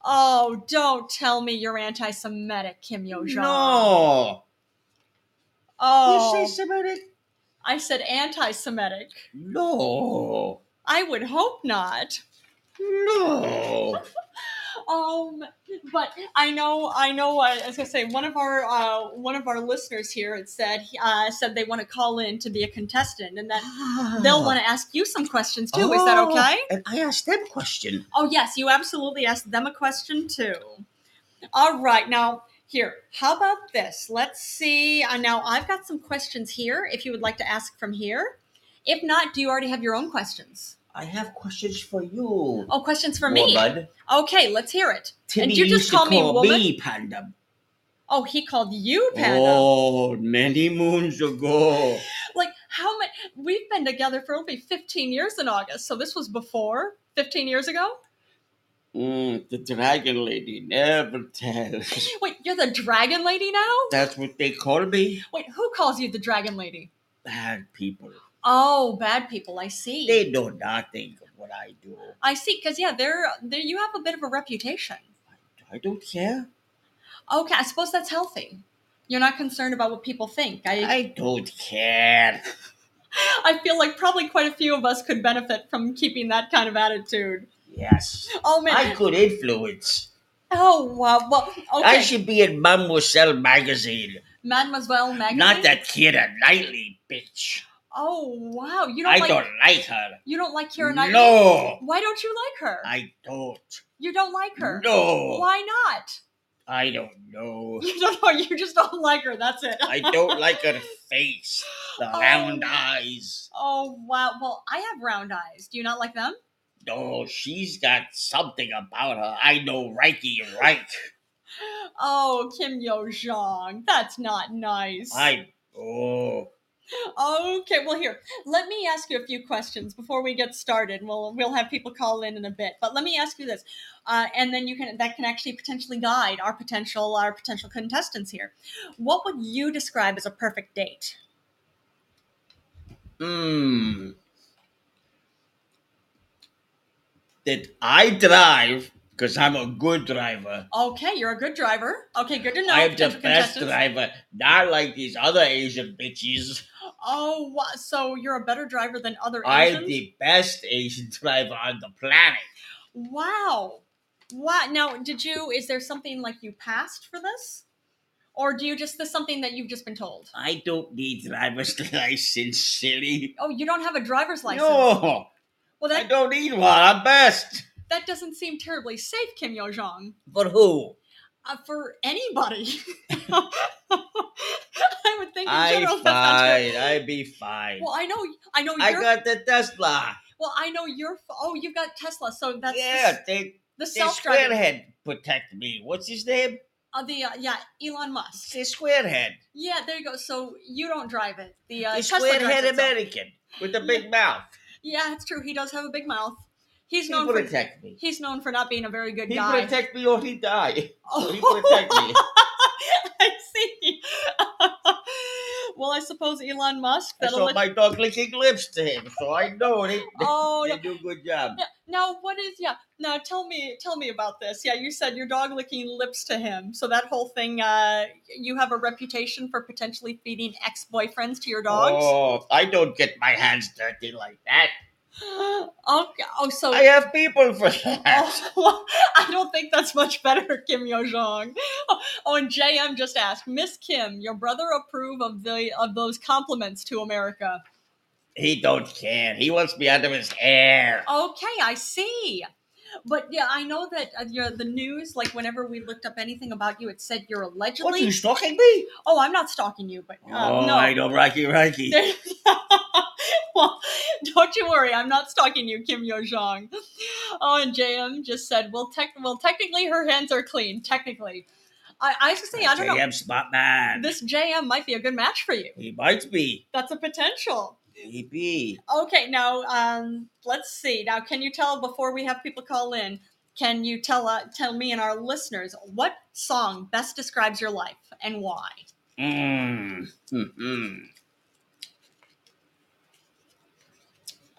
Oh, don't tell me you're anti-Semitic, Kim Yo Jong.
No.
Oh,
You say Semitic?
I said anti-Semitic.
No.
I would hope not.
No.
Um, but I know, I know. Uh, I was gonna say one of our uh, one of our listeners here had said uh, said they want to call in to be a contestant, and that they'll want to ask you some questions too. Is that
Ah. Oh,
okay?
And I asked them question.
Oh yes, you absolutely asked them a question too. All right, now here, how about this? Let's see. Uh, now I've got some questions here. If you would like to ask from here, if not, do you already have your own questions?
I have questions for you.
Oh, questions for me.
Woman.
Okay, let's hear it.
Timmy
you just
used to
call me
call
woman?
me Panda.
Oh, he called you Panda.
Oh, many moons ago.
Like how many? We've been together for only fifteen years in August, so this was before fifteen years ago.
Mm, the dragon lady never tells.
Wait, you're the Dragon Lady now?
That's what they call me.
Wait, who calls you the Dragon Lady?
Bad people.
Oh, bad people. I see.
They know nothing of what I do.
I see, because yeah, they're, they you have a bit of a reputation.
I don't care.
Okay, I suppose that's healthy. You're not concerned about what people think. I, I
I don't care.
feel like probably quite a few of us could benefit from keeping that kind of attitude.
Yes.
Oh man.
I could influence.
oh wow. Well, okay.
I should be in Mademoiselle magazine,
Mademoiselle magazine.
not that Kira Knightley bitch.
Oh wow. You don't
I
like
don't like her.
you don't like Kira Knightley.
No,
Why don't you like her?
I don't.
you don't like her.
No,
Why not?
I don't know.
You don't know. You just don't like her. That's it.
I don't like her face, the
Oh.
round eyes.
Oh wow! Well, I have round eyes. Do you not like them?
No, she's got something about her. I know Reiki right.
Oh, Kim Yo Jong, that's not nice.
I oh
Okay, well here, let me ask you a few questions before we get started. We'll we'll have people call in in a bit, but let me ask you this, uh, and then you can that can actually potentially guide our potential our potential contestants here. What would you describe as a perfect date?
Hmm. That I drive because I'm a good driver.
Okay, you're a good driver. Okay, good to know.
I'm the best
potential contestants.
driver, not like these other Asian bitches.
Oh, wow, so you're a better driver than other
I'm
Asians?
the best Asian driver on the planet.
Wow. Wow. Now, did you, is there something like you passed for this? Or do you just, this something that you've just been told?
I don't need driver's license, silly.
Oh, you don't have a driver's license.
No,
well,
I
that,
don't need one. I'm best.
that doesn't seem terribly safe, Kim Yo Jong,
But who?
uh, for anybody. I would think in
I
general that's not terrible.
fine. I be fine.
Well, I know, I know
I
you're,
got the Tesla.
well, I know you're, oh, you've got Tesla. So that's the
yeah,
s-
they They
the self-driving,
Squarehead protect me. What's his name?
uh, the, uh, yeah, Elon Musk.
Say Squarehead.
Yeah, there you go. So you don't drive it. The, uh,
The
Tesla drives
Squarehead
itself.
American with the big mouth.
Yeah, it's true. He does have a big mouth. He's
He
known for
protect me.
he's known for not being a very good
He
guy.
protect me or he die.
oh,
He protect me.
I see. well, I suppose Elon Musk.
I
That'll
saw
let-
my dog licking lips to him, so I know they, they,
oh
they
no.
do a good job.
Yeah, Now what is yeah? Now tell me tell me about this. Yeah, you said your dog licking lips to him. So that whole thing. Uh, you have a reputation for potentially feeding ex boyfriends to your dogs.
Oh, I don't get my hands dirty like that.
Okay. Oh, so
I have people for that.
Oh, well, I don't think that's much better, Kim Yo Jong. Oh, oh, and JM just asked, Miss Kim, your brother approve of the of those compliments to America?
He don't care. He wants me out of his hair.
Okay, I see. But yeah, I know that uh, your, the news, like whenever we looked up anything about you, it said you're allegedly.
What, you stalking me?
oh, I'm not stalking you, but uh,
oh,
no.
I know, Rocky Rocky.
well, don't you worry, I'm not stalking you, Kim Yo Jong. Oh, and JM just said, well, tech, well, technically her hands are clean. Technically, I, I was gonna say, I don't know.
JM Spot Man.
This JM might be a good match for you.
he might be.
That's a potential.
He be.
Okay, now um, let's see. Now, can you tell before we have people call in? Can you tell uh, tell me and our listeners what song best describes your life and why?
Mm. Mm-hmm.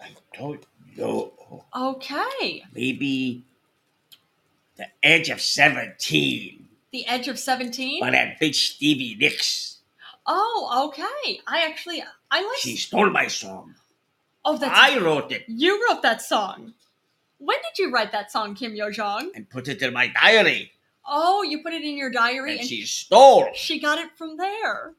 I don't know.
Okay,
Maybe the edge of 17
The Edge of Seventeen.
by that bitch Stevie Nicks.
Oh, okay. I actually I like.
She stole my song.
oh, that's
I wrote it
you wrote that song. When did you write that song, Kim Yo Jong?
and put it in my diary.
Oh, you put it in your diary,
And
and she,
she stole.
got it from there.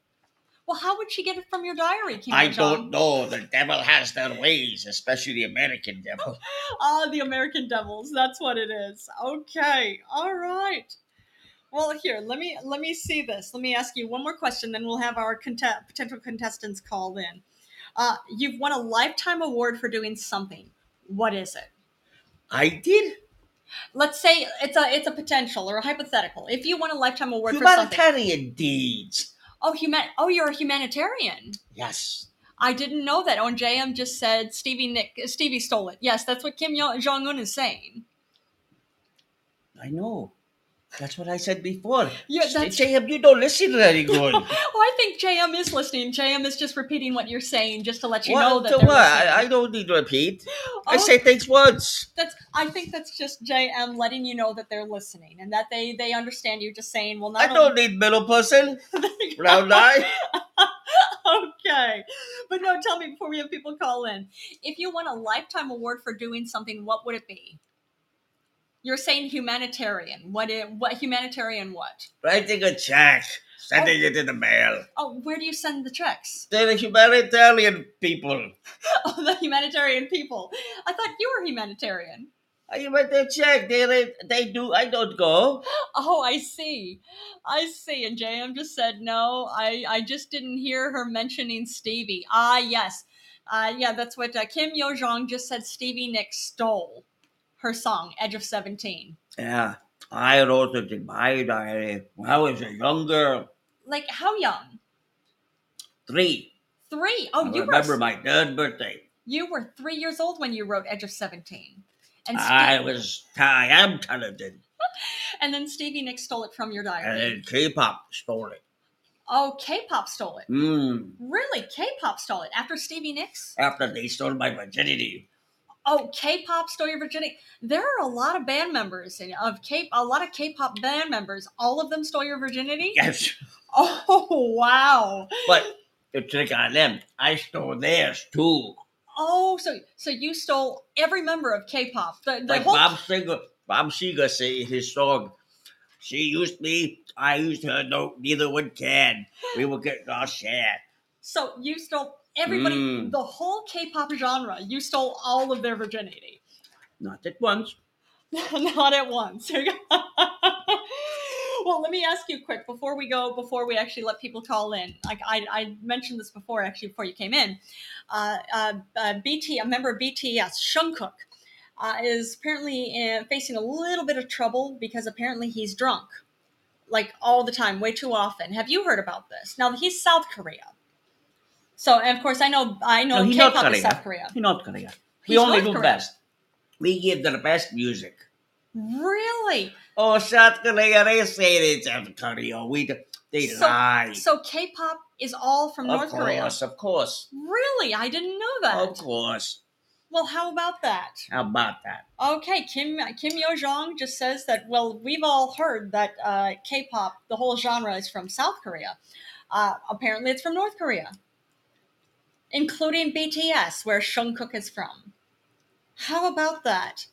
Well, how would she get it from your diary, Kim
I
Yo
don't
Jong?
know. The devil has their ways, especially the American devil.
Ah, the American Devils. That's what it is. Okay. All right. Well, here, let me let me see this. Let me ask you one more question, then we'll have our conte- potential contestants call in. Uh, you've won a lifetime award for doing something. What is it?
I did.
Let's say it's a it's a potential or a hypothetical. If you won a lifetime award for something,
Humanitarian deeds.
oh human, oh you're a humanitarian.
Yes.
I didn't know that. On JM just said Stevie Nick Stevie stole it. Yes, that's what Kim Jong Un is saying.
I know. That's what I said before.
Yeah,
J-
that's-
JM, you don't listen very good.
Well, I think JM is listening. JM is just repeating what you're saying, just to let you know
well,
that
to
they're
what? I, I
listening.
don't need to repeat. I
Oh,
say things once.
that's. I think that's just JM letting you know that they're listening and that they they understand you. Just saying, well, not
I don't need middle person.
only-
Round eye.
okay, but no, tell me before we have people call in. If you won a lifetime award for doing something, what would it be? You're saying humanitarian. What? It, what humanitarian? What?
Writing a check. Sending it in the mail.
Oh, where do you send the checks?
They're the humanitarian people.
Oh, the humanitarian people. I thought you were humanitarian.
I write a check. They, they, they do. I don't go.
Oh, I see. I see. And JM just said, no, I, I just didn't hear her mentioning Stevie. Ah, yes. Uh, yeah, that's what uh, Kim Yo Jong just said. Stevie Nicks stole her song, Edge of 17.
Yeah. I wrote it in my diary when I was a young girl.
Like, how young?
Three.
Three. Oh,
I
you
remember
were,
my third birthday.
you were three years old when you wrote Edge of 17. And, Ste-
I was, I am talented.
and then Stevie Nicks stole it from your
And
diary.
then K-pop stole it.
Oh, K pop stole it. Hmm.
Mm.
Really? K pop stole it after Stevie Nicks?
After they stole my virginity.
Oh, K-pop stole your virginity. There are a lot of band members and of K, a lot of K-pop band members. All of them stole your virginity.
Yes.
Oh wow.
But the trick on them, I stole theirs too.
Oh, so so you stole every member of K-pop. The, the
Like
whole.
Bob Singer, Bob Seger say in his song, "She used me, I used her. No, neither one can. We will get our share."
So you stole everybody,
Mm.
the whole K-pop genre. You stole all of their virginity.
Not at once.
Not at once. well, let me ask you quick before we go, before we actually let people call in. Like I, I mentioned this before, actually, before you came in. Uh, uh, uh, BT, a member of BTS, Jungkook, uh, is apparently uh, facing a little bit of trouble because apparently he's drunk, like all the time, way too often. Have you heard about this? Now he's South Korea. So, and of course, I know, I know,
No, he's not
K-pop is
Korea.
South Korea.
We're not Korea. We
He's
only
North
do
Korea.
best. We give the best music.
Really?
Oh, South Korea, they say they South Korea. We do- they
So-
lie.
So K-pop is all from
of
North
course,
Korea.
of course,
Really? I didn't know that.
of course.
Well, how about that?
How about that?
Okay, Kim Kim Yo Jong just says that. Well, we've all heard that uh, K-pop, the whole genre, is from South Korea. Uh, apparently, it's from North Korea, including BTS, where Jungkook is from. How about that?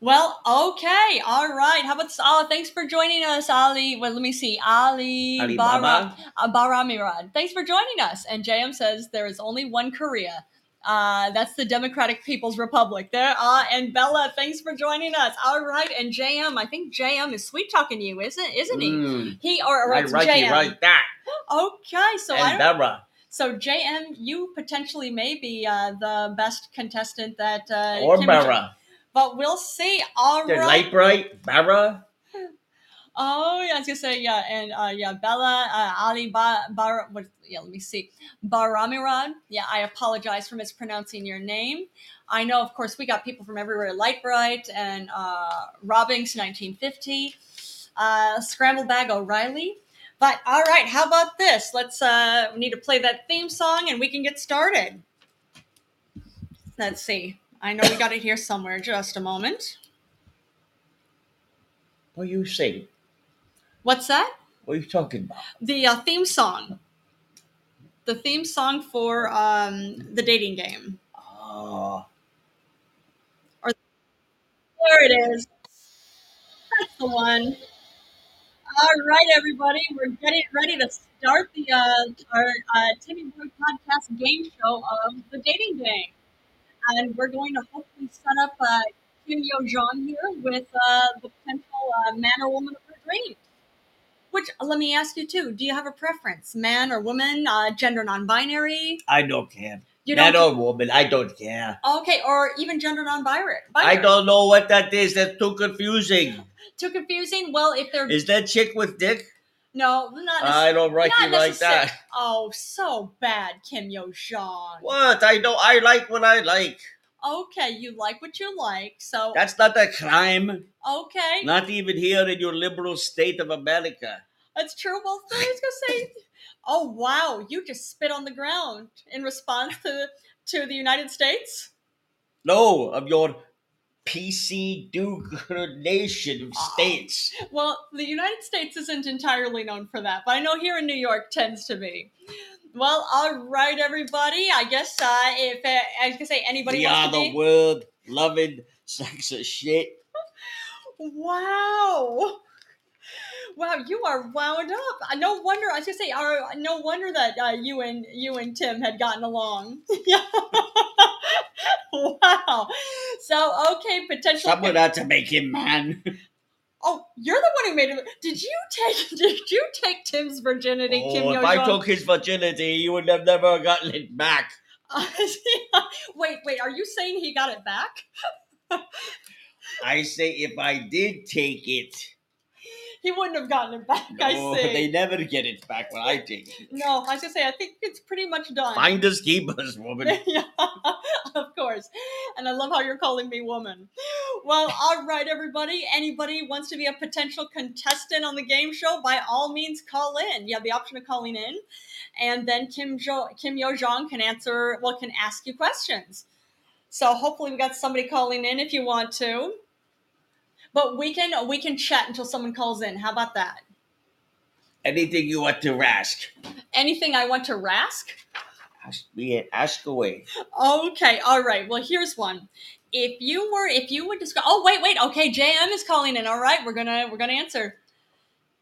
Well, okay, all right. How about oh, thanks for joining us, Ali. Well, let me see, Ali
Alibaba?
Bara, uh, Baramirad. Thanks for joining us. And JM says there is only one Korea. Uh, that's the Democratic People's Republic. There, uh, and Bella, thanks for joining us. All right, and JM, I think JM is sweet talking you, isn't isn't he?
Mm,
He or, or
right,
it's
right,
JM.
you right that.
Okay, so I
and
don't
Barbara.
So JM, you potentially may be uh, the best contestant that uh,
or
Kim-
Barbara.
but we'll see. All
They're
right.
light bright, Barbara.
Oh, yeah, I was gonna say yeah, and uh, yeah, Bella uh, Ali Ba Bar. What, yeah, let me see. Baramiran. Yeah, I apologize for mispronouncing your name. I know, of course, we got people from everywhere. Lightbright and uh, Robbings, 1950, uh, Scramble Bag O'Reilly. But all right, how about this? Let's uh, we need to play that theme song, and we can get started. Let's see. I know we got it here somewhere. Just a moment.
What are you saying?
What's that?
What are you talking about?
the uh, theme song the theme song for um, the dating game
Oh,
there it is that's the one all right everybody we're getting ready to start the uh, our uh, timmy boy podcast game show of the dating game and we're going to hopefully set up uh, kim yo jong here with uh, the potential uh, man or woman of her dreams which let me ask you too do you have a preference man or woman uh, gender non-binary
I don't care.
you
Man
don't
or woman, I don't care.
Okay, or even gender non-binary.
I
binary.
don't know what that is. That's too confusing.
Too confusing. Well, if they're
Is that chick with dick?
no, not.
I don't like
not
you like that.
necessar- Oh, so bad, Kim Yo Jong.
What? I know I like what I like.
Okay, you like what you like. So
That's not a crime.
okay,
Not even here in your liberal state of America.
that's true. Well, I was gonna say, oh wow, you just spit on the ground in response to to the United States.
No, of your PC Duke nation of states.
Well, the United States isn't entirely known for that, but I know here in New York tends to be. Well, all right, everybody. I guess uh, if uh, I can say anybody
we
wants
are
to
the
be.
world loving sacks of shit.
Wow. Wow, you are wound up. Uh, No wonder I was gonna say, uh, no wonder that uh, you and you and Tim had gotten along. Yeah. wow. So okay, potential.
Someone had to make him man.
oh, you're the one who made it. Did you take? Did you take Tim's virginity, Kim
Oh,
Yo
if I
Jong?
took his virginity, he would have never gotten it back.
wait, wait. Are you saying he got it back?
I say if I did take it,
He wouldn't have gotten it back.
no,
I see.
they never get it back when I take it.
No, I was gonna say. I think it's pretty much done.
Finders keepers, woman.
yeah, of course. And I love how you're calling me woman. Well, all right, everybody. Anybody wants to be a potential contestant on the game show, by all means, call in. You have the option of calling in, and then Kim jo- Kim Yo Jong can answer. Well, can ask you questions. So hopefully, we got somebody calling in if you want to. But we can we can chat until someone calls in. How about that?
Anything you want to ask,
Anything I want to rask?
ask me it. Ask away.
Okay, all right. Well, here's one. If you were, if you would describe. Oh, wait, wait. Okay, JM is calling in. All right, we're gonna, we're gonna answer.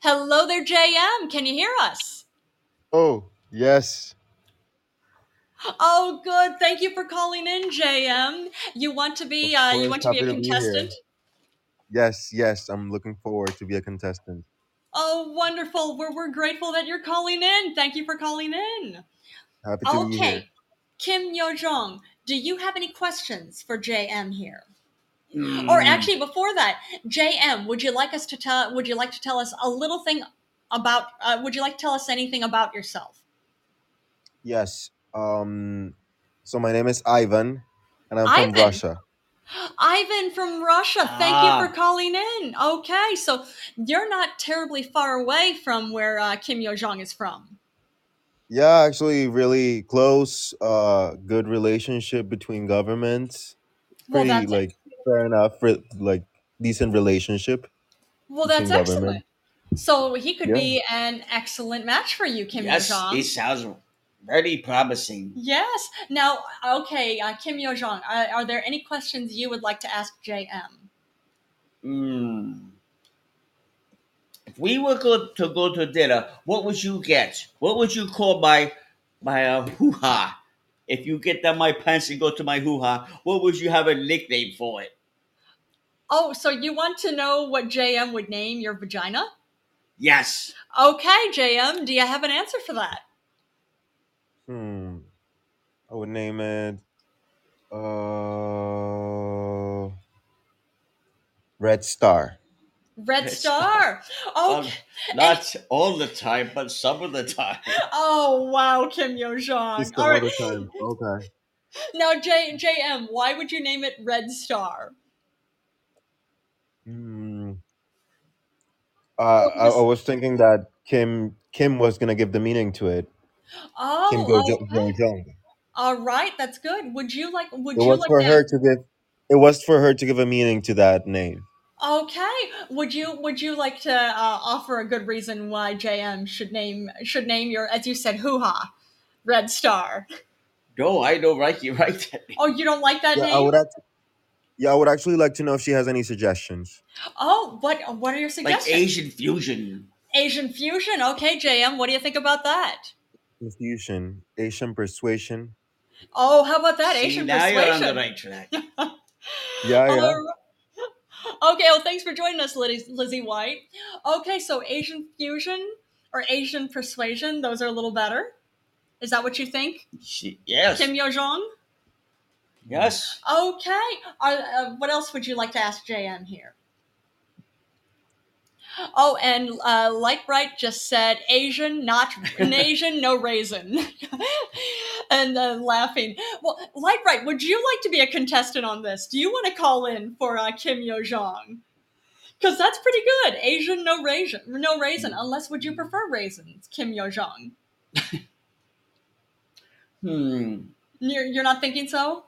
Hello there, JM. Can you hear us?
Oh, yes.
Oh, good. Thank you for calling in, JM. You want to
Of
be, uh, you
course,
want to be
happy
a
to be here.
contestant?
Yes, yes. I'm looking forward to be a contestant.
Oh, wonderful. We're, we're grateful that you're calling in. Thank you for calling in.
Happy to be here.
Okay, Kim Yo Jong, do you have any questions for JM here? Or
Mm.
actually, before that, JM, would you like us to tell? Would you like to tell us a little thing about? Uh, would you like to tell us anything about yourself?
Yes. Um. So my name is Ivan, and I'm from
Ivan?
Russia.
Ivan from Russia, thank you
Ah.
for calling in. Okay, so you're not terribly far away from where uh, Kim Yo Jong is from.
Yeah, actually, really close. Uh, good relationship between governments.
Well,
Pretty
that's
like fair enough for like decent relationship
well,
between
that's
government.
excellent. So he could
Yeah.
be an excellent match for you, Kim
yes,
Yo Jong.
it sounds Very promising.
Yes. Now, okay, uh, Kim Yo Jong, uh, are there any questions you would like to ask JM?
Mm. If we were go to go to dinner, what would you get? What would you call my my uh, hoo ha? If you get down my pants and go to my hoo ha, what would you have a nickname for it?
Oh, so you want to know what JM would name your vagina?
Yes.
Okay, JM, do you have an answer for that?
Hmm. I would name it uh Red Star.
Red
Yes.
Star. Oh, Okay.
Um, not all the time, but some of the time.
oh, wow, Kim Yo Jong. Um,
Just
All right.
another time. Okay.
Now, J- JM, why would you name it Red Star?
Hmm. Uh, I, I was thinking that Kim Kim was gonna give the meaning to it.
Oh,
Kim Go
okay.
Jong Jong.
all right, that's good. Would you like? Would
It
you
was
like
for
to?
her to give. It was for her to give a meaning to that name.
Okay. Would you would you like to uh, offer a good reason why JM should name should name your as you said hoo ha, Red Star?
No, I know right. You're right.
Oh, you don't like that
Yeah, I
name?
would. Act- yeah, I would actually like to know if she has any suggestions.
Oh, what what are your
Like
suggestions?
Asian fusion.
Asian fusion. Okay, JM, what do you think about that?
Confusion, Asian persuasion.
Oh, how about that
See,
Asian
now you're on
persuasion?
the right track.
Oh, Yeah, yeah.
All right. Okay, well, thanks for joining us, Lizzie, Lizzie White. Okay, so Asian fusion or Asian persuasion, those are a little better. Is that what you think,
She, yes.
Kim Yo Jong?
yes.
Okay. Are, uh, what else would you like to ask JM here? Oh, and uh, Lightbright just said Asian, not an Asian, no raisin, and uh, laughing. Well, Lightbright, would you like to be a contestant on this? Do you want to call in for uh, Kim Yo Jong? Because that's pretty good. Asian, no raisin, no raisin. Unless, would you prefer raisins, Kim Yo Jong?
Hmm.
You're, you're not thinking so.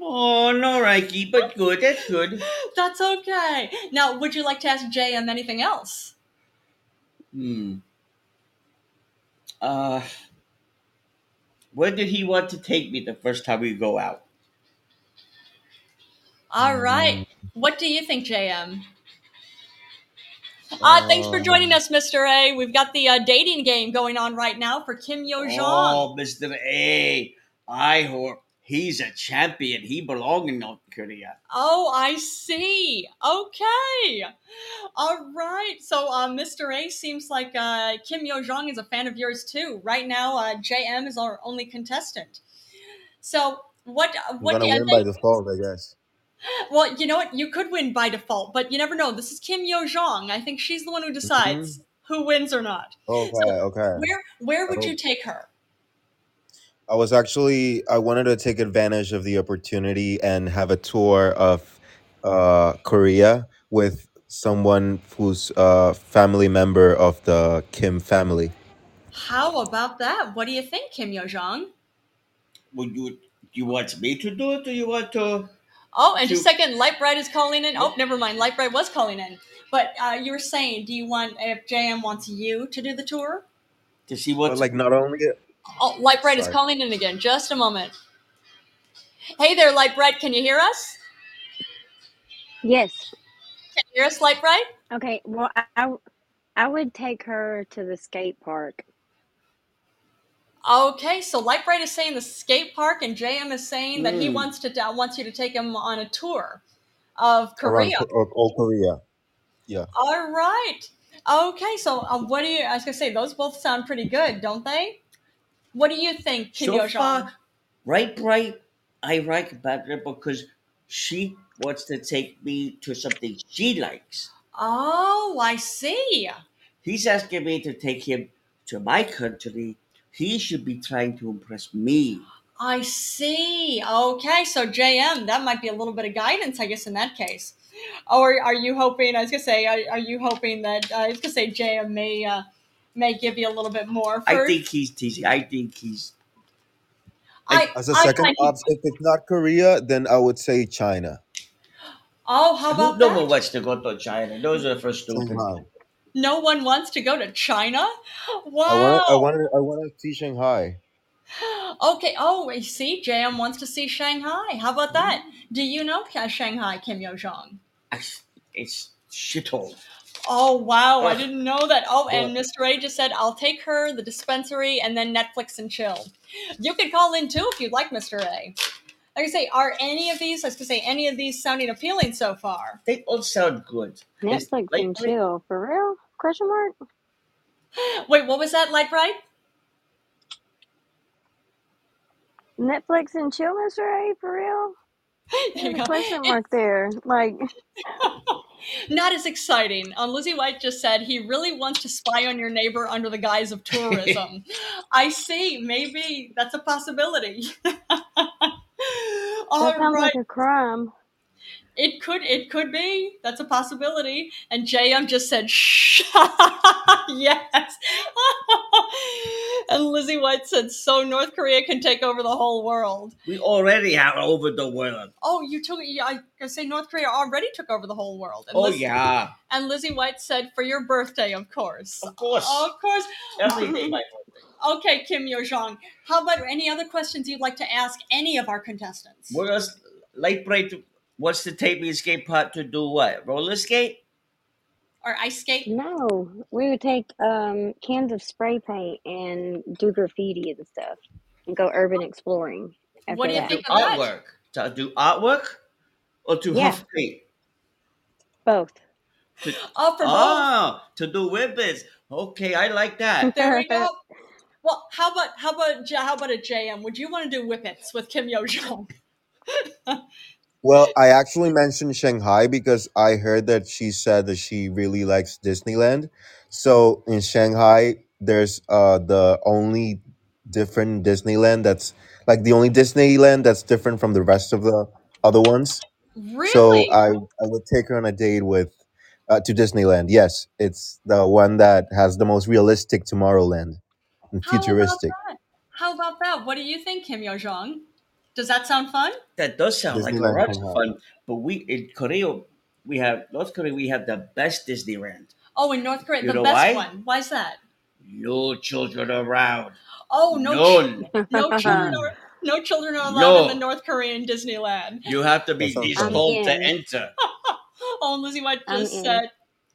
Oh, no, Reiki, but good. That's good.
That's okay. Now, would you like to ask JM anything else?
Hmm. Uh, where did he want to take me the first time we go out?
All
Um,
right.
Hmm,
What do you think, JM? Uh, thanks
um,
for joining us, Mr. A. We've got the uh, dating game going on right now for Kim Yo Jong.
Oh, Mr. A. I hope he's a champion. He belong in North Korea.
Oh, I see. Okay. All right. So, uh, Mr. A seems like uh, Kim Yo Jong is a fan of yours too. Right now, uh, JM is our only contestant. So, what uh,
I'm
what
gonna
do you
win
think?
by default, I guess.
Well, you know what? You could win by default, but you never know. This is Kim Yo Jong. I think she's the one who
Mm-hmm.
decides who wins or not.
Okay, okay.
Where where would
Oh.
you take her?
I was actually I wanted to take advantage of the opportunity and have a tour of uh, Korea with someone who's a family member of the Kim family.
How about that? What do you think, Kim Yo Jong?
Would you, do you want me to do it or you want to?
Oh, and just a
Shoot.
second, Lightbright is calling in. Oh, never mind, Lightbright was calling in. But uh, you were saying, do you want if JM wants you to do the tour?
To see
But
what's
like not only
Oh, Lightbright is
Sorry.
calling in again. Just a moment. Hey there, Lightbright. Can you hear us?
Yes.
Can you hear us, Lightbright?
Okay. Well, I, I w- I would take her to the skate park.
Okay, so Lightbright is saying the skate park, and JM is saying that
Hmm.
he
Mm.
wants to uh, wants you to take him on a tour of
around
Korea.
Ko- of all Korea. Yeah.
All right. Okay, so uh, what do you? I was gonna say those both sound pretty good, don't they? What do you think, Kim
so
Yo Jong?
far, right, bright. I like better because she wants to take me to something she likes.
Oh, I see.
He's asking me to take him to my country. He should be trying to impress me.
I see. Okay, so JM, that might be a little bit of guidance, I guess, in that case. Or are you hoping? I was gonna say, are, are you hoping that I was gonna say JM may uh, may give you a little bit more? For,
I think he's teasing. I think he's.
I,
As a
I
second
find-
option, if it's not Korea, then I would say China.
oh, how
Who
about
no one
that?
wants to go to China? Those are for stupid.
Shanghai.
No one wants to go to China.
I want. I
Wow.
wanted. I want to see Shanghai.
Okay. Oh, you see, JM wants to see Shanghai. How about that? Do you know Ka- Shanghai, Kim Yo Jong?
It's, it's shithole.
Oh wow, I
Ugh.
didn't know that. Oh, and Mr. A just said, "I'll take her, the dispensary, and then Netflix and chill." You can call in too if you'd like, Mr. A. Like I say, are any of these? I was gonna say any of these sounding appealing so far.
They all sound good. It's
Netflix
like
and chill for real? Question mark.
Wait, what was that, Light Bright?
Netflix and chill, Mister A, for real?
There
There's
you
a
go.
question
It-
mark there. Like,
not as exciting. Um, Lizzie White just said he really wants to spy on your neighbor under the guise of tourism. I see. Maybe that's a possibility. All
that sounds
right.
like a crime.
It could it could be. That's a possibility. And JM just said shh Yes. and Lizzie White said so North Korea can take over the whole world.
we already have over the world.
Oh, you took yeah, I I say North Korea already took over the whole world. And
Oh
Liz-
yeah,
And Lizzie White said for your birthday, of course.
of course.
Oh, of course.
Every day, my birthday.
Okay, Kim Yo Jong. How about any other questions you'd like to ask any of our contestants?
What else? Light bright. What's the taping skate part to do? What roller skate?
Or ice skate?
No, we would take um cans of spray paint and do graffiti and stuff, and go urban exploring after
What do you
that.
Do
Think of that.
artwork? To do artwork or to
Yeah.
huff paint?
Both.
Oh, for both.
Oh, to do whippets. Okay, I like that.
There we go. Well, how about how about J- how about a JM? Would you want to do whippets with Kim Yo Jong?
Well, I actually mentioned Shanghai because I heard that she said that she really likes Disneyland. So in Shanghai, there's uh the only different Disneyland that's like the only Disneyland that's different from the rest of the other ones. So
Really?
uh,
I I would take her on a date with uh, to Disneyland. Yes, it's the one that has the most realistic Tomorrowland and
How about
futuristic.
that? How about that? What do you think, Kim Yo Jong? Does that sound fun?
That does sound like a
Disneyland
lot of
Shanghai.
fun. But we in Korea, we have North Korea. We have the best Disneyland.
Oh, in North Korea,
You
the
know
best
why?
one. Why is that?
No children around.
Oh, no,
None.
no children are no children are allowed in
No.
the North Korean Disneyland.
You have to
That
be
sounds
this
fun.
I'm
tall to
in.
enter.
Oh, and Lizzie White
I'm
just
in.
said.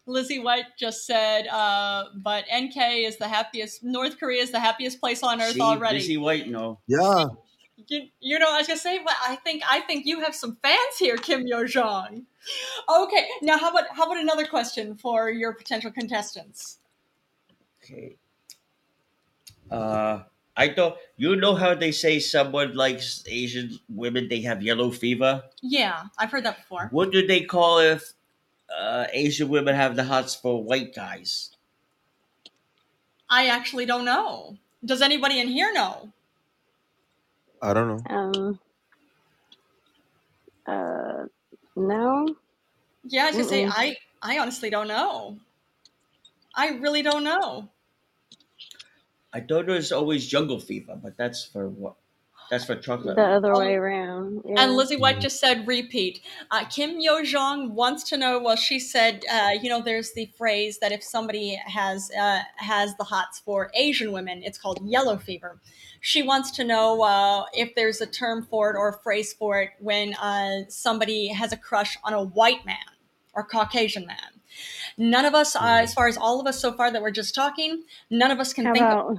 Lizzie White just said. Uh, but NK is the happiest. North Korea is the happiest place on earth
See,
already.
Lizzie White, no.
Yeah,
you, you know, I was gonna say, but I think I think you have some fans here, Kim Yo Jong. Okay, now how about how about another question for your potential contestants?
Okay. Uh, I thought you know how they say someone likes Asian women they have yellow fever.
Yeah, I've heard that before.
What do they call if uh, Asian women have the hots for white guys?
I actually don't know. Does anybody in here know?
I don't know.
Um. Uh. No.
Yeah, I was gonna say
Mm-mm.
I I honestly don't know. I really don't know.
I thought it was always jungle fever, but that's for what? That's for chocolate.
The other
Oh.
way around. Yeah.
And Lizzie White
Mhm.
just said, repeat. Uh, Kim Yo Jong wants to know. Well, she said, uh, you know, there's the phrase that if somebody has uh, has the hots for Asian women, it's called yellow fever. She wants to know uh, if there's a term for it or a phrase for it when uh, somebody has a crush on a white man or Caucasian man. None of us, uh, as far as all of us so far that we're just talking, none of us can
How
think of.
about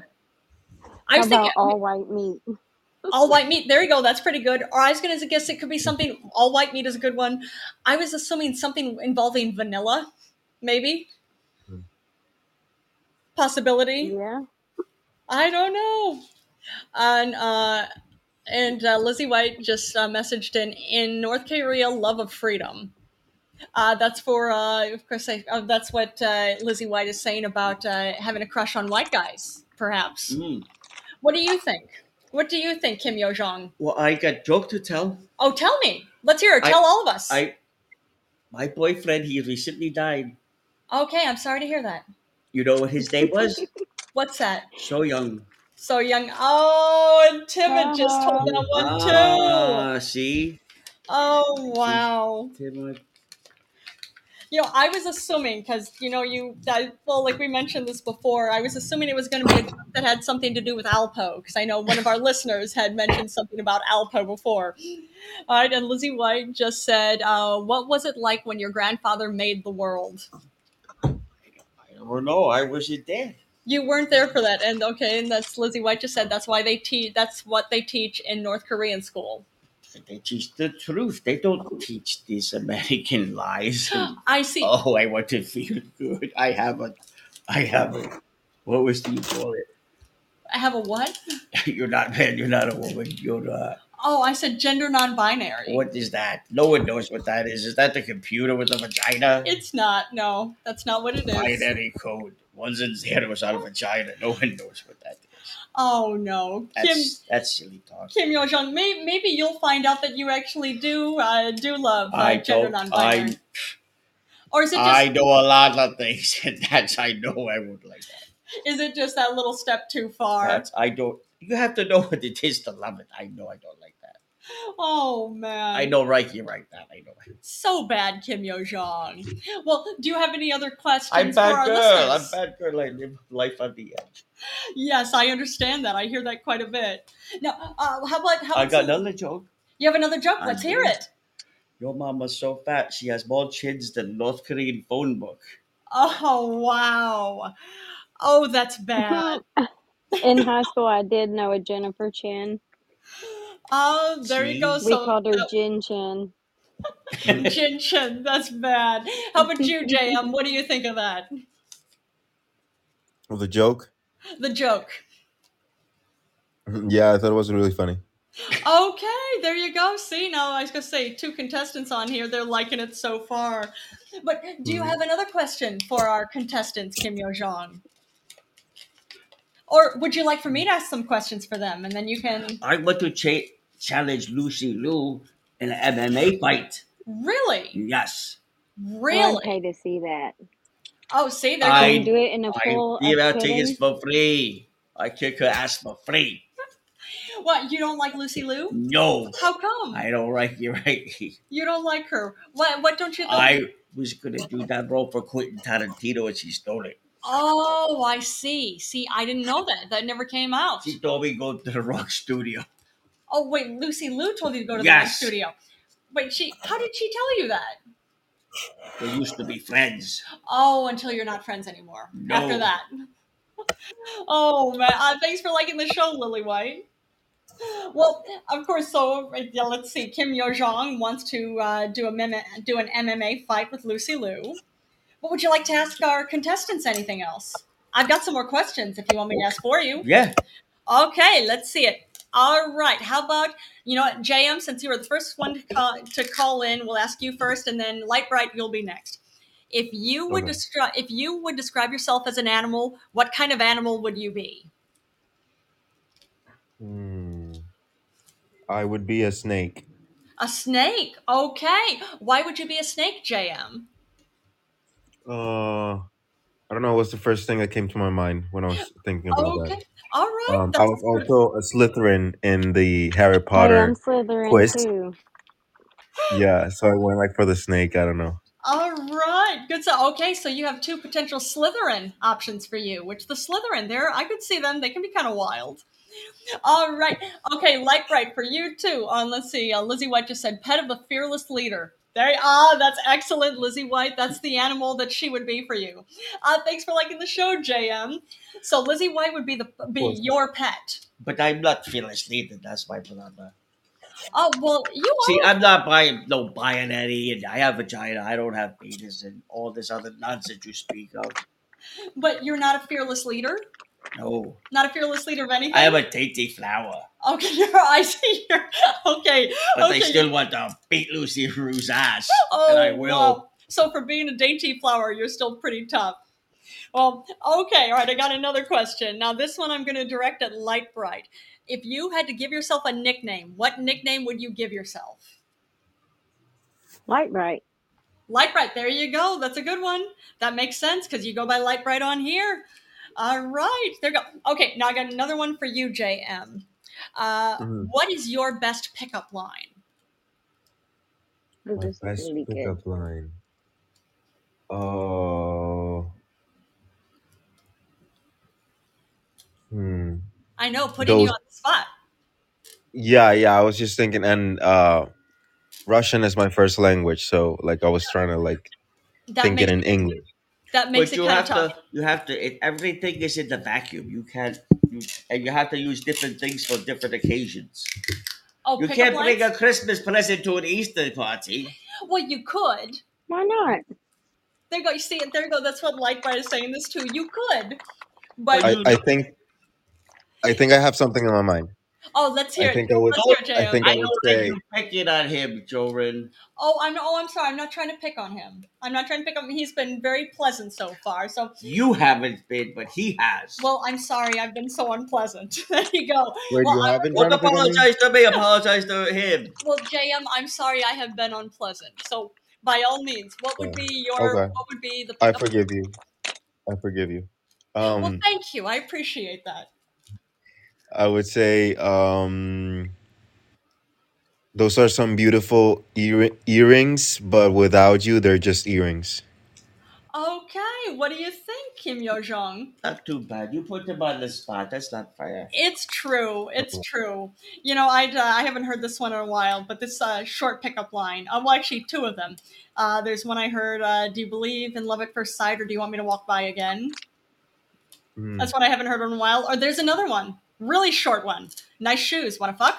I
how
was thinking
about all white meat?
all white meat. There you go. That's pretty good. Or I was going to guess it could be something. All white meat is a good one. I was assuming something involving vanilla, maybe
Hmm.
possibility.
Yeah.
I don't know. And uh, and uh, Lizzie White just uh, messaged in in North Korea, love of freedom. Uh, that's for uh, of course. I, uh, that's what uh, Lizzie White is saying about uh, having a crush on white guys, perhaps.
Mm.
What do you think? What do you think, Kim Yo Jong?
Well, I got joke to tell.
Oh, tell me. Let's hear it.
I-
Tell all of us.
I, my boyfriend, he recently died.
okay, I'm sorry to hear that.
You know what his name was?
What's that?
So young.
So young. Oh, and Timid just told that one too.
Ah, see,
Oh, wow.
Timon.
you know, I was assuming because you know you I, well, like we mentioned this before. I was assuming it was going to be a group that had something to do with Alpo because I know one of our listeners had mentioned something about Alpo before. All right, and Lizzie White just said, uh, "What was it like when your grandfather made the world?"
I don't know. I wish it did.
You weren't there for that, and okay, and that's Lizzie White just said that's why they teach. That's what they teach in North Korean school.
They teach the truth. They don't teach these American lies. and,
I see.
oh, I want to feel good. I have a, I have a, what was the you call it?
I have a what?
You're not man. You're not a woman. You're uh, not.
Oh, I said gender non-binary.
What is that? No one knows what that is. Is that the computer with the vagina?
It's not. No, that's not what it is.
Binary code. One's in zero, was out of vagina. No one knows what that is.
Oh no, Kim
That's that's silly talk.
Kim Yo Jong. May, maybe you'll find out that you actually do uh, do love uh,
I
gender
don't.
non-binary,
I
or is it just
I know a lot of things, and that's I know I would like that.
is it just that little step too far?
That's I don't. You have to know what it is to love it. I know I don't like that.
oh man,
I know right here, right that. I know.
so bad, Kim Yo Jong. Well, do you have any other questions
I'm
for
bad
our
girl. I'm
listeners?
bad girl. I live life on the edge.
Yes, I understand that. I hear that quite a bit. Now, uh, how about how?
I got
so-
another joke.
You have another joke.
I
Let's
do.
hear it.
Your mama's so fat she has more chins than North Korean phone book.
Oh wow. Oh, that's bad.
In high school, I did know a Jennifer Chin.
Oh, there you go.
Jeez.
We
So uh,
called her
that
Jin Chin.
Chin Chin, that's bad. How about you, JM? What do you think of that?
The joke?
The joke.
Yeah, I thought it was really funny.
Okay, there you go. See, now I was going to say two contestants on here. They're liking it so far. But do you
Hmm.
Mhm.
have another question for our contestants, Kim Yo Jong? Or would you like for me to ask some questions for them? And then you can.
I want to cha- challenge Lucy Liu in an MMA fight.
Really?
Yes.
Oh, I'd
Really?
pay to see that.
Oh, see, there
Can
you
we
I
do it in a
I
pool of
give out tickets
pudding?
for free. I kick her ass for free.
go. What? You don't like Lucy Liu?
No,
How come?
I don't like you right.
You don't like her. What, what don't you like?
I was gonna do that role for Quentin Tarantino, and she stole it.
Oh, I see. See, I didn't know that. That never came out.
She told me go to the rock studio.
Oh, wait, Lucy Liu told you to go to
Yes.
the studio. Wait, she how did she tell you that?
They used to be friends.
Oh, until you're not friends anymore.
No.
After that. Oh man. Uh, thanks for liking the show, Lily White. Well, of course. So uh, yeah, let's see. Kim Yo Jong wants to uh, do a mem- do an MMA fight with Lucy Liu. What would you like to ask our contestants? Anything else? I've got some more questions if you want me to ask for you.
Yeah,
Okay, let's see it. All right. How about you know what, JM? Since you were the first one to call, to call in, we'll ask you first, and then Light Bright, you'll be next. If you would
Okay.
describe if you would describe yourself as an animal, what kind of animal would you be?
Hmm. I would be a snake.
A snake. Okay. Why would you be a snake, JM?
Uh, I don't know what's the first thing that came to my mind when I was thinking about that.
Okay. All right.
Um, I
That's Oh,
was also a Slytherin in the Harry
Hey, I'm
Potter
Slytherin
quiz.
too.
Yeah, so I went like for the snake. I don't know.
all right. Good. So okay, so you have two potential Slytherin options for you. Which the Slytherin there, I could see them. They can be kind of wild. All right. Okay, light bright for you too. Um, let's see. Uh, Lizzie White just said, "Pet of a fearless leader." There. Ah, that's excellent, Lizzie White. That's the animal that she would be for you. Uh, thanks for liking the show, JM. So Lizzie White would be the
Of
be
course.
your pet.
but I'm not fearless leader. That's my brother.
Oh well, you
See,
are.
I'm not buying no binary, and I have vagina. I don't have penis, and all this other nonsense you speak of.
But you're not a fearless leader.
No,
Not a fearless leader of anything.
I am a dainty flower,
okay, you're, I see. You're, okay.
but they
okay.
still want to beat Lucy Rue's ass,
oh,
and I will.
wow. So for being a dainty flower, you're still pretty tough. Well, okay, all right. I got another question. Now, this one I'm going to direct at Light Bright. If you had to give yourself a nickname, what nickname would you give yourself?
Light bright.
Light Bright, there you go. That's a good one. That makes sense because you go by Light Bright on here. All right, there you go. Okay, now I got another one for you, JM. Uh,
Mm-hmm.
Mhm.
what is your best pickup line?
This
My
is
best
really good.
pickup line. Oh, hmm.
I know, putting you
Those.
on the spot.
Yeah, yeah. I was just thinking, and uh, Russian is my first language, so like I was trying to like
That
think it
makes
in English.
that makes
But
it
you
kind of
have
tough.
to, you have to. It, everything is in the vacuum. You can't, you, and you have to use different things for different occasions.
Oh,
You
pickup
can't bring
lines?
a Christmas present to an Easter party.
Well, you could.
Why not?
There you go. You see it. There you go. That's what Lightbright is saying this too. You could,
But
but
I
you
I think I think I have something in my mind.
oh, let's
I
hear it.
think I would
Let's hear
don't.
it,
I
J.O.
think I
I
would
don't like
say
you picking on him, Joran.
Oh, I'm oh, I'm sorry. I'm not trying to pick on him. I'm not trying to pick on him. He's been very pleasant so far. So,
You haven't been, but he has.
well, I'm sorry. I've been so unpleasant. there you go.
wait,
Well,
you
I,
have been
Don't
trying to pick on me?
apologize to me. Apologize to him.
well, J.M. I'm sorry. I have been unpleasant. So, by all means, what would
Yeah.
be your
Okay.
what would be the
I
pickup?
forgive you. I forgive you.
Well,
Um
thank you. I appreciate that.
I would say um those are some beautiful ear- earrings, but without you they're just earrings.
Okay. What do you think, Kim Yo Jong?
Not too bad. You put him on the spot. That's not fair.
It's true. It's
Uh-huh.
true. You know, I uh, I haven't heard this one in a while, but this uh, short pickup line. Uh, well, actually, two of them. Uh, there's one I heard. Uh, do you believe in love at first sight, or do you want me to walk by again?
Hmm.
That's one I haven't heard in a while. Or there's another one, really short one. Nice shoes. Wanna fuck?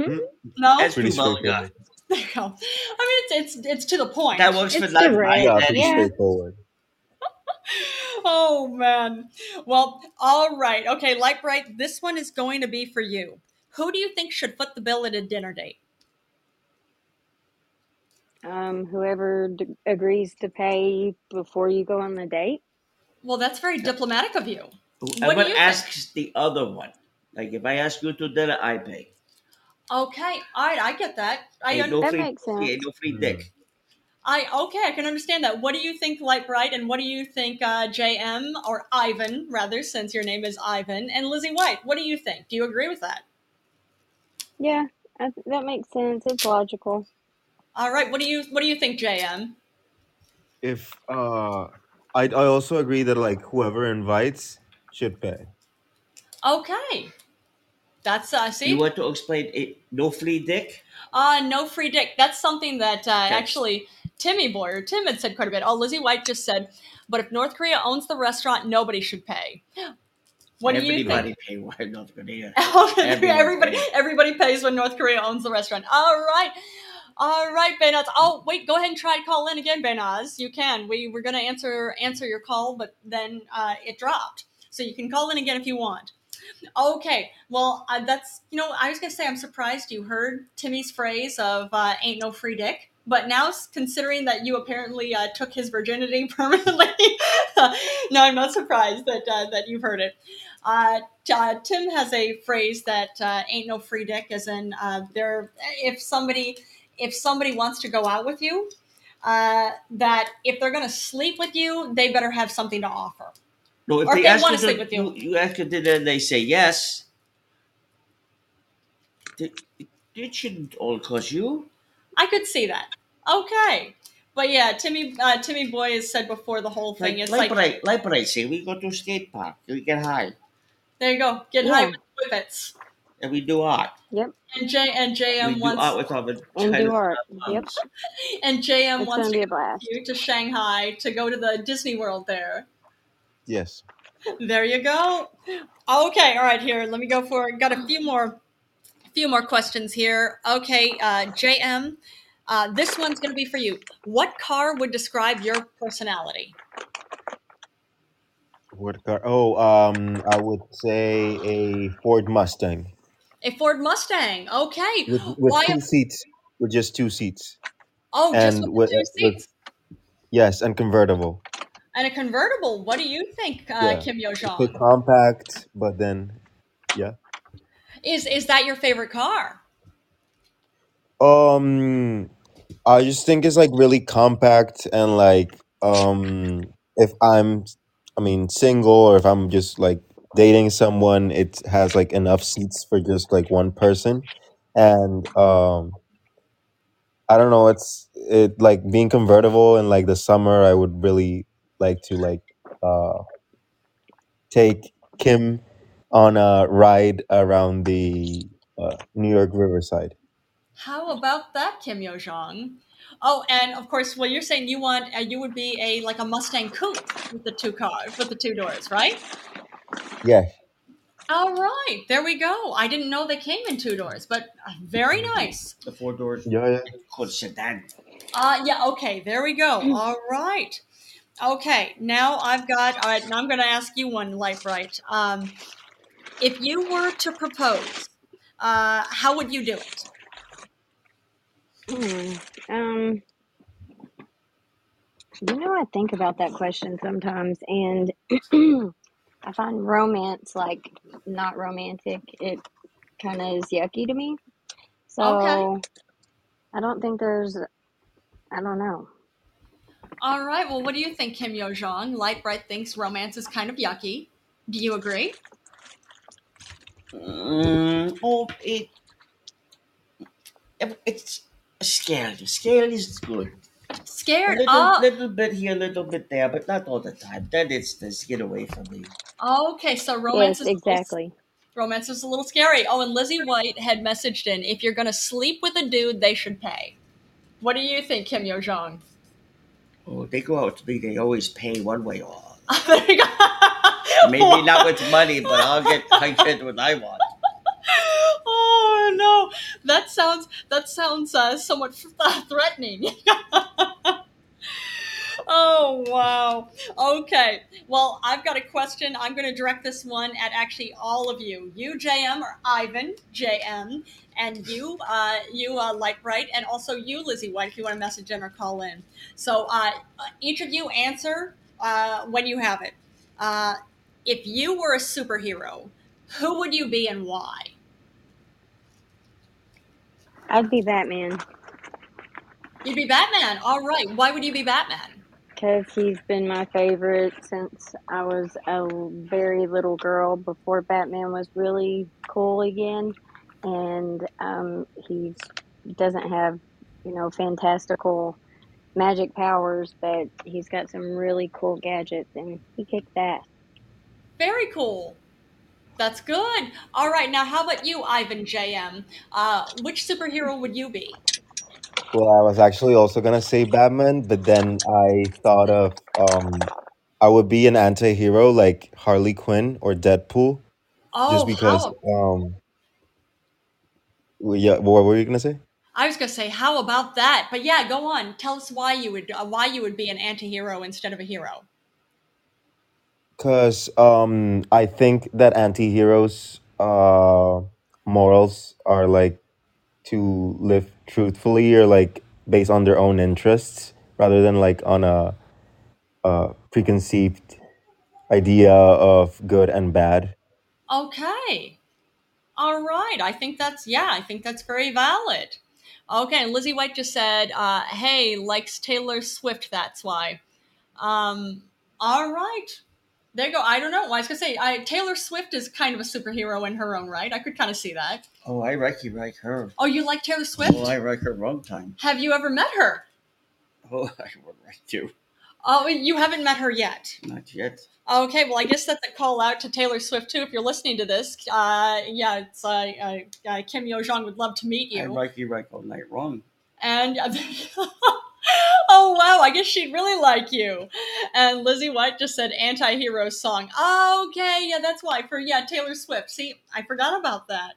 Hmm?
Hmm.
No.
That's
Pretty
too vulgar.
straightforward.
There you go. I mean, it's it's it's to the point.
That works for
It's
life, right?
Yeah,
direct.
That is.
pretty
Yeah.
straightforward.
oh man. Well, all right. Okay, light bright. This one is going to be for you. Who do you think should foot the bill at a dinner date?
Um, whoever d- agrees to pay before you go on the date.
Well, that's very diplomatic of you. What do
Whoever
you think?
asks the other one. Like if I ask you to dinner, I pay.
Okay, all right, I get that. I
Ain't
un-
no
That
free,
makes sense.
ain't no free
Hmm.
dick.
I okay, I can understand that. What do you think, Light Bright, and what do you think, uh, JM or Ivan, rather, since your name is Ivan and Lizzie White? What do you think? Do you agree with that?
Yeah, I, th- that makes sense. It's logical.
All right, what do you what do you think, JM?
If uh I I also agree that like whoever invites should pay.
Okay, that's uh,
You
see,
want to explain it? No free dick?
uh, no free dick. That's something that uh,
Okay.
actually Timmy Boy or Tim had said quite a bit. Oh, Lizzie White just said, but if North Korea owns the restaurant, nobody should pay. What do you think?
Everybody pay why North Korea. Everyone
everybody
pay.
everybody pays when North Korea owns the restaurant. All right. All right, Benaz. Oh, wait, go ahead and try to call in again, Benaz. You can. We were going to answer answer your call, but then uh, it dropped. So you can call in again if you want. Okay. Well, uh, that's, you know, I was going to say I'm surprised you heard Timmy's phrase of uh, ain't no free dick. But now, s- considering that you apparently uh, took his virginity permanently, no, I'm not surprised that uh, that you've heard it. Uh, T- uh, Tim has a phrase that uh, ain't no free dick, as in uh, there. If somebody if somebody wants to go out with you, uh, that if they're going to sleep with you, they better have something to offer,
No, if
or if
they
they
ask
want
you
to sleep
to,
with you.
you, you ask you to dinner and they say yes, th- it shouldn't all cost you.
I could see that. Okay, but yeah, Timmy uh, Timmy Boy has said before the whole thing.
Like
It's
like
like
what I like what I say, we go to a skate park, we get high,
there you go, get high
Yeah.
with whippets.
and we do art.
Yep.
And J and
We
JM
do art
wants
with our
And
vaginas
do
and
art.
our
Yep.
thumbs.
and JM
It's
wants
gonna
to
be
go
a blast.
with you to Shanghai to go to the Disney World there.
Yes.
There you go. Okay, all right. Here, let me go for. Got a few more, few more questions here. Okay, uh, JM, uh, this one's going to be for you. What car would describe your personality?
What car? Oh, um, I would say a Ford Mustang
A Ford Mustang. Okay.
with with
Why?
two seats, with just two seats,
Oh, just
and
with the
with
two
with
seats
yes, and convertible.
and a convertible. What do you think, uh,
Yeah,
Kim Yo
so
Jong?
compact, but then yeah.
Is is that your favorite car?
Um, I just think it's like really compact and like um, if I'm, I mean, single or if I'm just like dating someone, it has like enough seats for just like one person, and um. I don't know. It's it like being convertible in like the summer, I would really like to like uh take Kim on a ride around the uh, New York Riverside.
How about that, Kim Yo Jong? Oh, and of course, well, you're saying you want uh, you would be a like a Mustang coupe with the two cars with the two doors, right?
Yeah,
All right, there we go. I didn't know they came in two doors, but uh, very nice.
The four doors.
yeah, yeah.
Called sedan.
Uh, yeah, okay, there we go. All right. Okay, now I've got, all right, now I'm going to ask you one, Life Right. Um, if you were to propose, uh, how would you do it?
Hmm. Um, you know, I think about that question sometimes, and I find romance like not romantic. It kind of is yucky to me.
Okay.
So I don't think there's, I don't know.
All right, well, what do you think, Kim Yo Jong? Light Bright thinks romance is kind of yucky. Do you agree?
Mm, oh, it, it- it's scared. Scared is good. A
Scared?
little,
Oh,
little bit here, little bit there, but not all the time. That is this. Get away from me.
okay, so
Yes,
romance is a little
exactly.
Romance is a little scary. Oh, and Lizzie White had messaged in if you're going to sleep with a dude, they should pay. What do you think, Kim Yo Jong?
Oh, they go out to me. They always pay one way or
there you go.
maybe not with money, but I'll get I get what I want.
oh no, that sounds that sounds uh, somewhat threatening. Oh, wow. Okay. Well, I've got a question. I'm going to direct this one at actually all of you. You, JM, or Ivan, JM, and you, uh, you, uh, Lightbright, and also you, Lizzie White, if you want to message in or call in. So uh, each of you answer uh, when you have it. Uh, if you were a superhero, who would you be and why?
I'd be Batman
You'd be Batman. All right. Why would you be Batman?
because he's been my favorite since I was a very little girl before Batman was really cool again. And um, he doesn't have, you know, fantastical magic powers, but he's got some really cool gadgets and he kicked ass.
Very cool. That's good. All right, now how about you, Ivan JM? Uh, which superhero would you be?
Well, I was actually also gonna say Batman, but then I thought of um I would be an anti-hero like Harley Quinn or Deadpool, just
Oh,
because
how?
um w- yeah, what were you gonna say?
I was gonna say how about that, but yeah, go on. Tell us why you would uh, why you would be an antihero instead of a hero.
Because um, I think that anti-heroes' uh, morals are like to live truthfully or like based on their own interests rather than like on a, a preconceived idea of good and bad.
Okay. All right. I think that's yeah. I think that's very valid. Okay. and Lizzie White just said, uh, "Hey, likes Taylor Swift. That's why." Um, all right. There you go. I don't know. I was gonna say I, Taylor Swift is kind of a superhero in her own right. I could kind of see that.
Oh, I like you, like her.
Oh, you like Taylor
Oh,
Swift?
I like her wrong time.
Have you ever met her?
Oh, I would like to.
Oh, you haven't met her yet.
Not yet.
Okay, well, I guess that's a call out to Taylor Swift too. If you're listening to this, uh, yeah, it's uh, uh, uh, Kim Yo Jong would love to meet
I
you.
like you, like all night wrong.
And oh wow, I guess she'd really like you. And Lizzie White just said anti-hero song. Okay, yeah, that's why for yeah Taylor Swift. See, I forgot about that.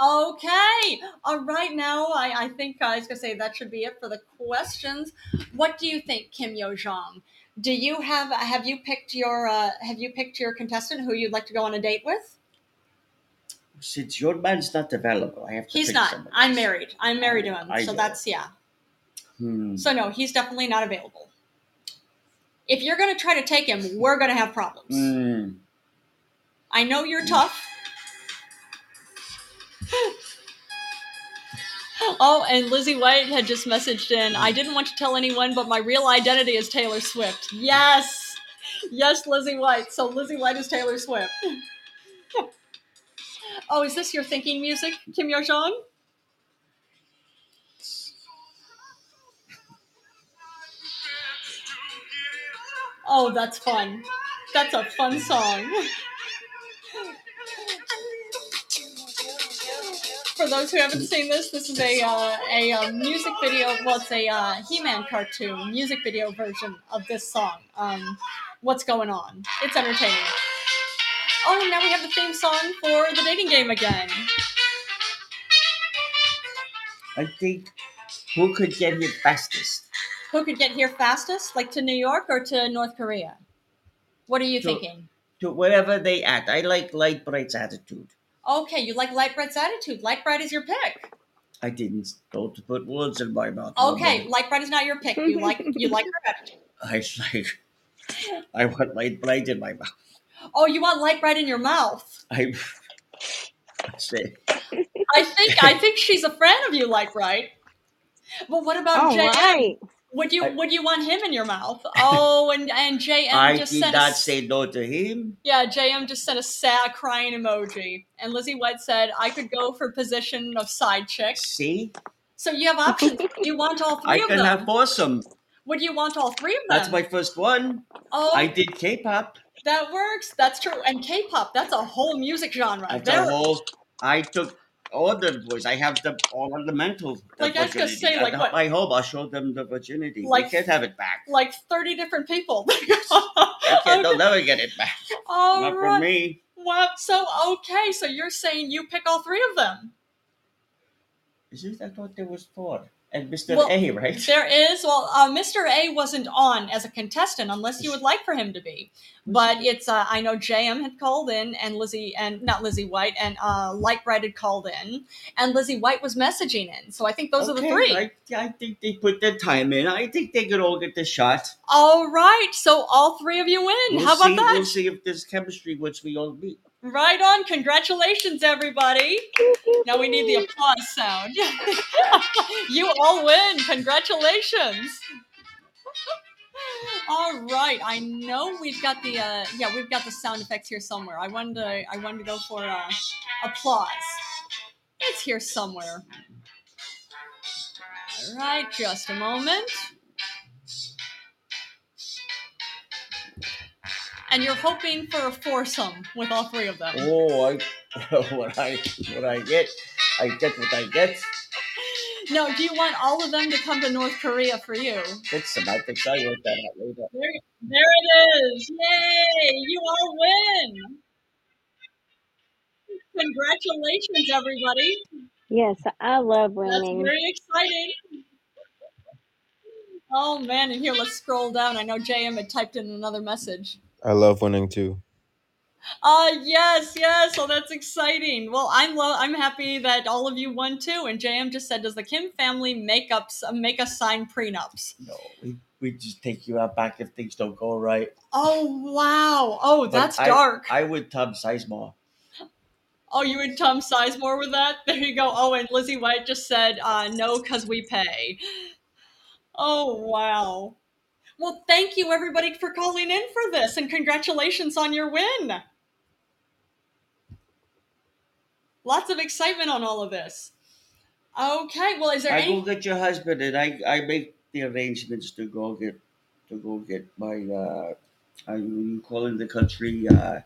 Okay. All right. Now, I, I think I was going to say that should be it for the questions. What do you think, Kim Yo Jong? Do you have have you picked your uh, have you picked your contestant who you'd like to go on a date with?
Since your man's not available, I have to
He's
pick
not.
somebody
I'm
else.
married. I'm married
I,
to him.
I
So
get it.
that's yeah.
Hmm.
So no, he's definitely not available. If you're going to try to take him, we're going to have problems.
Hmm.
I know you're tough. Oh, and Lizzie White had just messaged in. I didn't want to tell anyone, but my real identity is Taylor Swift. Yes. Yes, Lizzie White. So Lizzie White is Taylor Swift. Oh, is this your thinking music, Kim Yo Jong? Oh, that's fun. That's a fun song. For those who haven't seen this, this is a uh, a um, music video. Well, it's a uh, He-Man cartoon music video version of this song. Um, What's going on? It's entertaining. Oh, and now we have the theme song for the dating game again.
I think who could get here fastest?
Who could get here fastest? Like to New York or to North Korea? What are you
To-
thinking?
to wherever they at. I like Lightbright's attitude.
Okay, you like Lightbright's attitude. Lightbright is your pick.
I didn't go to put words in my mouth.
Okay, Lightbright is not your pick. You like you like her attitude.
I like. I want Lightbright in my mouth.
Oh, you want Lightbright in your mouth.
I, I say
I think I think she's a fan of you, Lightbright. But what about
All
JM?
right.
Would you
I-
would you want him in your mouth? Oh, and and JM
I
just
did
sent
not
us.
say no to him.
Yeah, JM just sent a sad crying emoji. And Lizzie White said, I could go for position of side chick.
See,
So you have options. you want all three
I
of
can
them.
have foursome.
Would you want all three of them?
That's my first one.
oh,
I did K-pop.
that works. That's true. And K pop, that's a whole music genre.
I
There-
the whole. I took all the boys. I have the all of the mental. the
Like, I was gonna
virginity.
say, like,
I,
what-
I hope I show them the virginity.
Like-
they can't have it back.
like 30 different people.
They can't.
okay.
They'll never get it back.
All
Not for
right.
me.
Wow. So, okay. So you're saying you pick all three of them?
Is this, I thought there was four. And Mr.
Well,
A, right?
There is. Well, uh, Mr. A wasn't on as a contestant unless you would like for him to be. But it's. Uh, I know JM had called in, and Lizzie, and not Lizzie White, and uh, Lightbright had called in, and Lizzie White was messaging in. So I think those are the
Okay,
three.
I, I think they put their time in. I think they could all get the shot.
All right. So all three of you win.
We'll
How about
see,
that?
We'll see if there's chemistry, which we all meet.
Right on. Congratulations, everybody. Now we need the applause sound. you all win. Congratulations. All right. I know we've got the uh, yeah we've got the sound effects here somewhere. I wanted to I wanted to go for uh, applause. It's here somewhere. All right. Just a moment. And you're hoping for a foursome with all three of them.
Oh, I what I what I get, I get what I get.
No, do you want all of them to come to North Korea for you?
That's semantics. I work that out later.
There, there it is! Yay! You all win! Congratulations, everybody!
Yes, I love
That's
winning.
very exciting. Oh man! And here, let's scroll down. I know JM had typed in another message.
I love winning too.
Uh yes, yes. Oh, that's exciting. Well, I'm lo- I'm happy that all of you won too. And JM just said, "Does the Kim family make up s- make us sign prenups?"
No, we, we just take you out back if things don't go right.
Oh wow! Oh, that's
I-
dark.
I would Tom Sizemore.
oh, you and Tom Sizemore with that? There you go. Oh, and Lizzie White just said uh, no because we pay. Oh wow! Well, thank you everybody for calling in for this, and congratulations on your win. Lots of excitement on all of this. Okay. Well, is there
I
any?
go get your husband, and I I make the arrangements to go get to go get my. uh I you call in the country uh,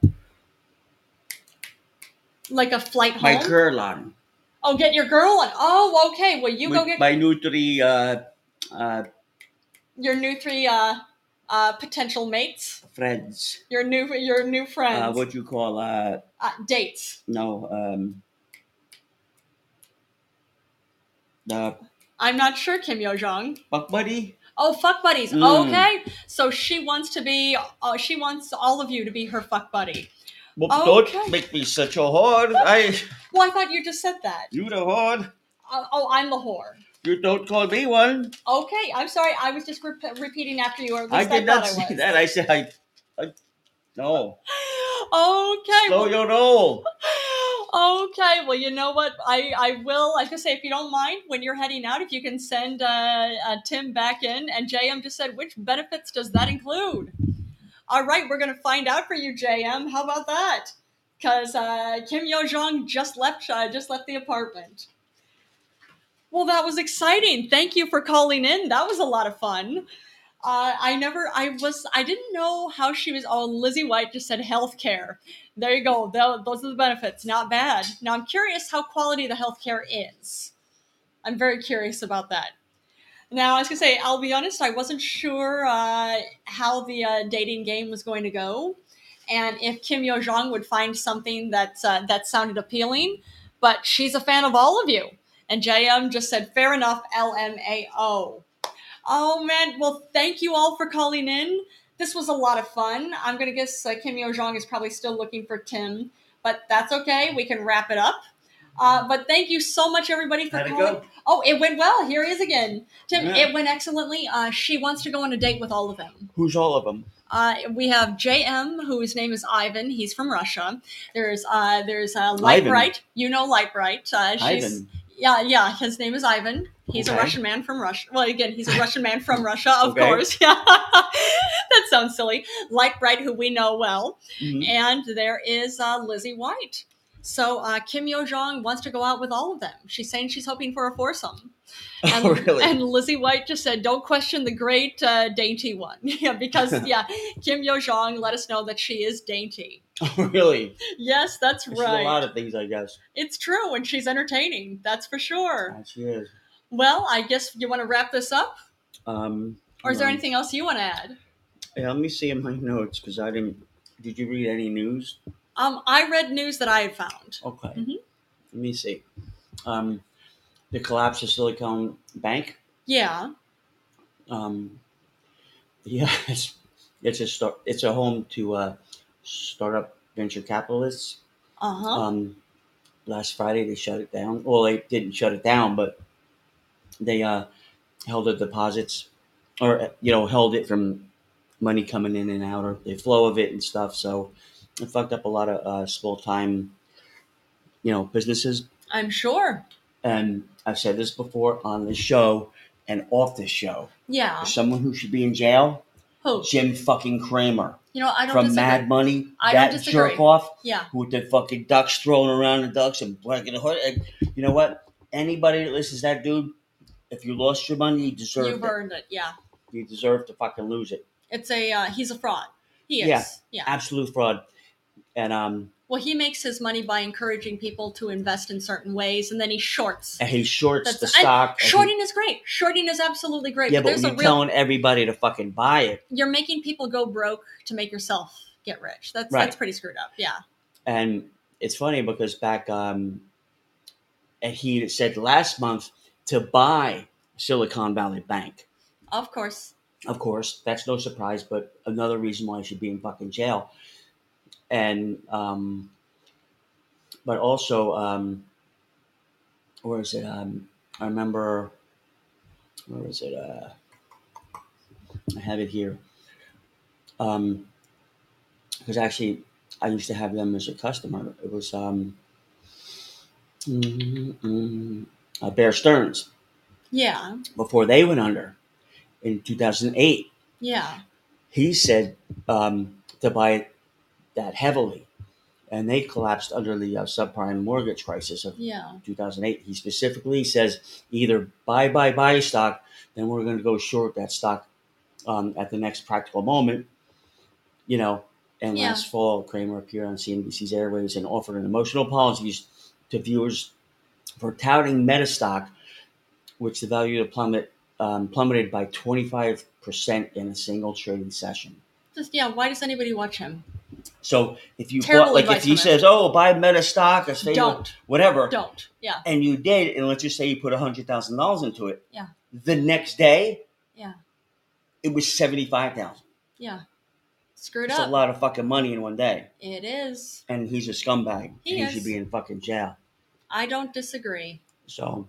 like a flight
my
home?
girl on
oh, get your girl on. Oh, okay. Well, you
with
go get
my new three uh, uh,
your new three uh, uh, potential mates.
friends.
Your new your new friends.
Uh, what you call uh,
uh, dates.
no um, the
I'm not sure, Kim Yo Jong.
Buck Buddy.
Oh, fuck buddies.
Mm.
Okay, so she wants to be. Uh, she wants all of you to be her fuck buddy.
Well,
Oh, Okay.
Don't make me such a whore. I,
Well, I thought you just said that.
you the whore.
Uh, oh, I'm the whore.
You don't call me one.
Okay, I'm sorry. I was just rep- repeating after you. Or at
I
least I,
did not
thought I
say
was.
that. I said I. I no.
Okay.
Slow
well-
your roll.
okay well you know what i i will i was gonna say if you don't mind when you're heading out if you can send uh, uh tim back in and jm just said which benefits does that include all right we're gonna find out for you jm how about that because uh kim yo jong just left uh, just left the apartment well that was exciting thank you for calling in that was a lot of fun Uh, I never, I was, I didn't know how she was. Oh, Lizzie White just said healthcare. There you go. Tho- Those are the benefits. Not bad. Now I'm curious how quality the healthcare is. I'm very curious about that. Now I was gonna say, I'll be honest, I wasn't sure uh, how the uh, dating game was going to go, and if Kim Yo Jong would find something that uh, that sounded appealing. But she's a fan of all of you, and JM just said, "Fair enough, LMAO." Oh man, well, thank you all for calling in. This was a lot of fun. I'm gonna guess uh, Kim Yo Jong is probably still looking for Tim, but that's okay. We can wrap it up. Uh, but thank you so much, everybody, for
How'd it
calling.
go?
Oh, it went well. Here he is again, Tim.
Yeah.
It went excellently. Uh, she wants to go on a date with all of them.
Who's all of them?
Uh, we have J.M., whose name is Ivan. He's from Russia. There's uh, there's uh,
Ivan.
Lightbright. You know Lightbright. Uh, she's,
Ivan.
yeah, yeah. His name is Ivan. He's a
Okay.
Russian man from Russia. Well, again, he's a Russian man from Russia, of
Okay.
course. Yeah, that sounds silly. Light Bright, who we know well,
Mhm.
and there is uh, Lizzie White. So uh, Kim Yo Jong wants to go out with all of them. She's saying she's hoping for a foursome. And,
Oh, really?
and Lizzie White just said, "Don't question the great uh, dainty one." yeah, because yeah, Kim Yo Jong let us know that she is dainty.
Oh, really?
Yes, that's
She's
right.
a lot of things, I guess.
it's true, and she's entertaining. That's for sure.
That she is.
Well, I guess you want to wrap this up,
Um,
or is there
um,
anything else you want to add?
Yeah, let me see in my notes because I didn't. Did you read any news?
Um, I read news that I had found.
Okay.
Mhm.
Let me see. Um, the collapse of Silicon Bank.
Yeah.
Um, yeah, it's, it's a start, it's a home to uh, startup venture capitalists.
Uh huh.
Um, last Friday they shut it down. Well, they didn't shut it down, but they uh, held the deposits, or you know, held it from money coming in and out, or the flow of it and stuff. So it fucked up a lot of uh, small time, you know, businesses.
I'm sure.
And I've said this before on the show and off the show.
Yeah.
Someone who should be in jail,
Who?
Jim fucking Kramer
You know, Oh. I don't
from
disagree.
Mad Money.
I don't
that
disagree.
jerk off
Yeah.
with the fucking ducks throwing around the ducks and blanket the hood. And you know what? Anybody that listens to that dude, if you lost your money, you
You've
deserve it.
earned it. Yeah.
You deserve to fucking lose it.
It's a uh, he's a fraud. He is.
Yeah.
yeah.
Absolute fraud. And um,
Well, he makes his money by encouraging people to invest in certain ways, and then he shorts.
and he shorts
That's-
the
and
stock. and he-
Shorting is great. Shorting is absolutely great.
yeah, but
there's
when
a
you're
real
telling everybody to fucking buy it,
you're making people go broke to make yourself get rich. That's
Right.
that's pretty screwed up. Yeah.
and it's funny because back um, and he said last month to buy Silicon Valley Bank.
Of course.
Of course, that's no surprise, but another reason why he should be in fucking jail. And, um, but also, um, where is it? Um, I remember, where is it? Uh, I have it here. Um, because actually, I used to have them as a customer. It was, um, mm, mm, uh, Bear Stearns
Yeah.
before they went under in 2008.
Yeah.
he said um, to buy that heavily, and they collapsed under the uh, subprime mortgage crisis of
Yeah.
2008. He specifically says either buy, buy, buy stock, then we're going to go short that stock um, at the next practical moment, you know. And
Yeah.
last fall, Kramer appeared on CNBC's Airways and offered an emotional apologies to viewers for touting Metastock, which the value of plummet um, plummeted by 25 percent in a single trading session.
Just yeah. Why does anybody watch him?
So if you
Terrible
bought, like
advice
if he
from
says, "Oh, buy Meta stock," or say
Don't.
whatever,
Don't. Yeah.
and you did, and let's just say you put hundred thousand dollars into it,
Yeah.
The next day,
Yeah.
it was seventy five thousand.
Yeah. Screwed
It's a
up.
lot of fucking money in one day,
It is.
and he's a scumbag.
He
and
is.
should be in fucking jail.
I don't disagree.
So,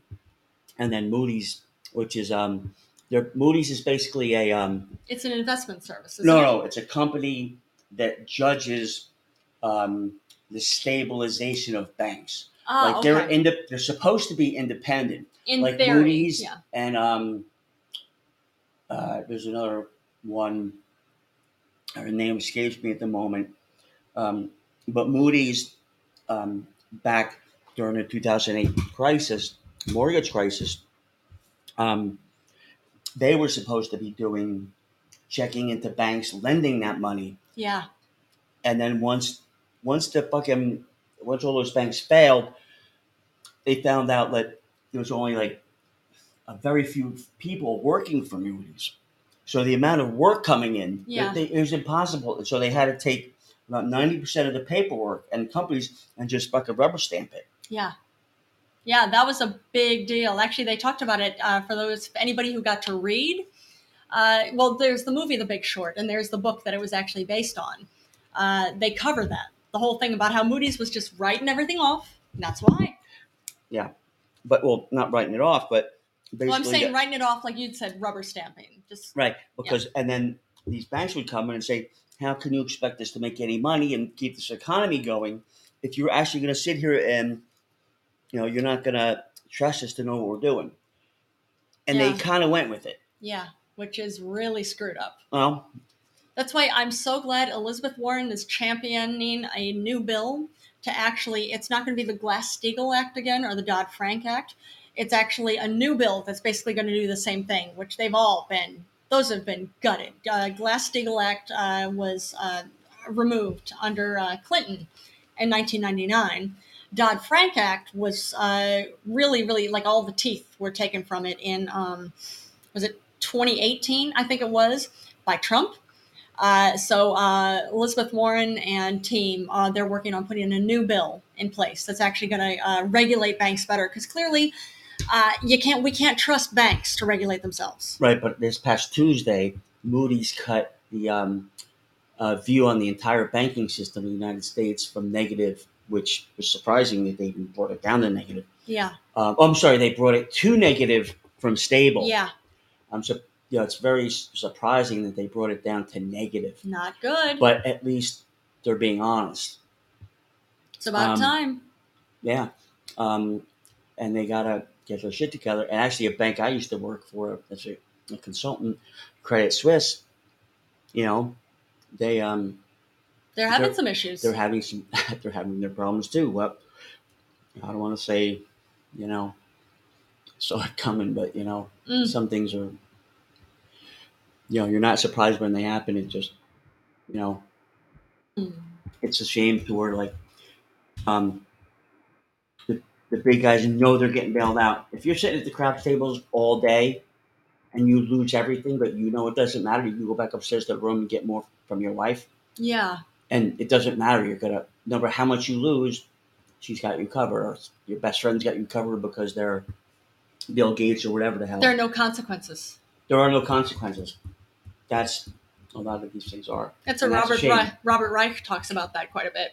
and then Moody's, which is um, their Moody's is basically a um,
It's an investment service. Isn't
no,
it?
no, it's a company that judges um, the stabilization of banks.
Ah,
like
okay.
they're in they're supposed to be independent,
in
like
theory.
Moody's
Yeah.
and um, uh, there's another one. Her name escapes me at the moment, um, but Moody's um, back during the 2008 crisis, mortgage crisis, um, they were supposed to be doing checking into banks, lending that money,
Yeah.
and then once once the fucking once all those banks failed, they found out that there was only like a very few people working for Moody's. So the amount of work coming in,
Yeah.
they, it was impossible. And so they had to take about ninety percent of the paperwork and companies and just fucking rubber stamp it.
Yeah. Yeah, that was a big deal. Actually, they talked about it uh, for those anybody who got to read. Uh, well, there's the movie The Big Short, and there's the book that it was actually based on. Uh, they cover that the whole thing about how Moody's was just writing everything off. And that's why.
But well, not writing it off, but basically
Well, I'm saying writing it off like you'd said, rubber stamping. Just
Right, because and then these banks would come in and say, "How can you expect us to make any money and keep this economy going if you're actually going to sit here and you know you're not going to trust us to know what we're doing?" And
Yeah.
they kind of went with it.
yeah, which is really screwed up.
Well,
That's why I'm so glad Elizabeth Warren is championing a new bill to actually, it's not going to be the Glass Steagall Act again or the Dodd Frank Act. It's actually a new bill that's basically going to do the same thing, which they've all been, those have been gutted. Uh, Glass Steagall Act uh, was uh, removed under uh, Clinton in 1999. Dodd Frank Act was uh, really, really like all the teeth were taken from it in, um, was it 2018? I think it was, by Trump. Uh, so uh, Elizabeth Warren and team, uh, they're working on putting a new bill in place that's actually going to uh, regulate banks better because clearly uh, you can't we can't trust banks to regulate themselves.
right, but this past Tuesday, Moody's cut the um, uh, view on the entire banking system in the United States from negative, which was surprising that they even brought it down to negative.
Yeah,
Um, I'm sorry, they brought it to negative from stable.
yeah,
I'm su- you know, it's very s- surprising that they brought it down to negative,
not good.
but at least they're being honest.
it's about
um,
time.
Yeah. Um, and they got to get their shit together. And actually, a bank I used to work for as a, a consultant, Credit Suisse, you know, they, um,
They're having
they're-
some issues.
they're having some, they're having their problems too. Well, I don't want to say, you know, saw it coming, but you know,
Mm.
some things are, you know, you're not surprised when they happen. It just, you know,
Mm.
it's a shame to where like um the, the big guys know they're getting bailed out. If you're sitting at the craps tables all day and you lose everything, but you know it doesn't matter, you go back upstairs to the room and get more from your wife,
Yeah,
and it doesn't matter. You're gonna no matter how much you lose, she's got you covered, or your best friend's got you covered because they're Bill Gates or whatever the hell.
there are no consequences.
there are no consequences. That's a lot of these things are.
That's a
And that's a
Robert
shame.
Ri- Robert Reich talks about that quite a bit.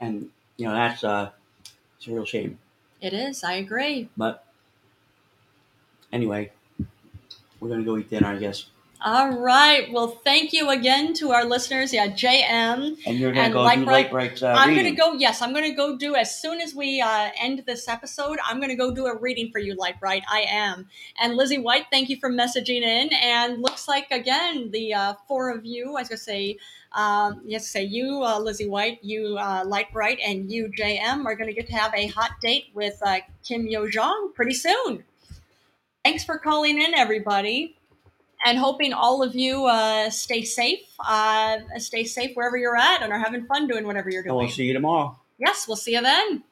And you know, that's uh it's a real shame.
It is. I agree.
But anyway, we're gonna go eat dinner, I guess.
All right. Well, thank you again to our listeners. Yeah, JM.
And you're gonna
And
go
light
do
bright-
light breaks. Uh,
I'm
reading.
gonna go. Yes, I'm gonna go do as soon as we uh, end this episode. I'm gonna go do a reading for you, Light Bright. I am. And Lizzie White, thank you for messaging in. And looks like again the uh, four of you. I was gonna say, um, yes, say you, uh, Lizzie White, you, uh, Light Bright, and you, JM, are gonna get to have a hot date with uh, Kim Yo Jong pretty soon. Thanks for calling in, everybody and hoping all of you uh, stay safe, uh, stay safe wherever you're at, and are having fun doing whatever you're
And
doing.
we'll see you tomorrow.
yes, we'll see you then.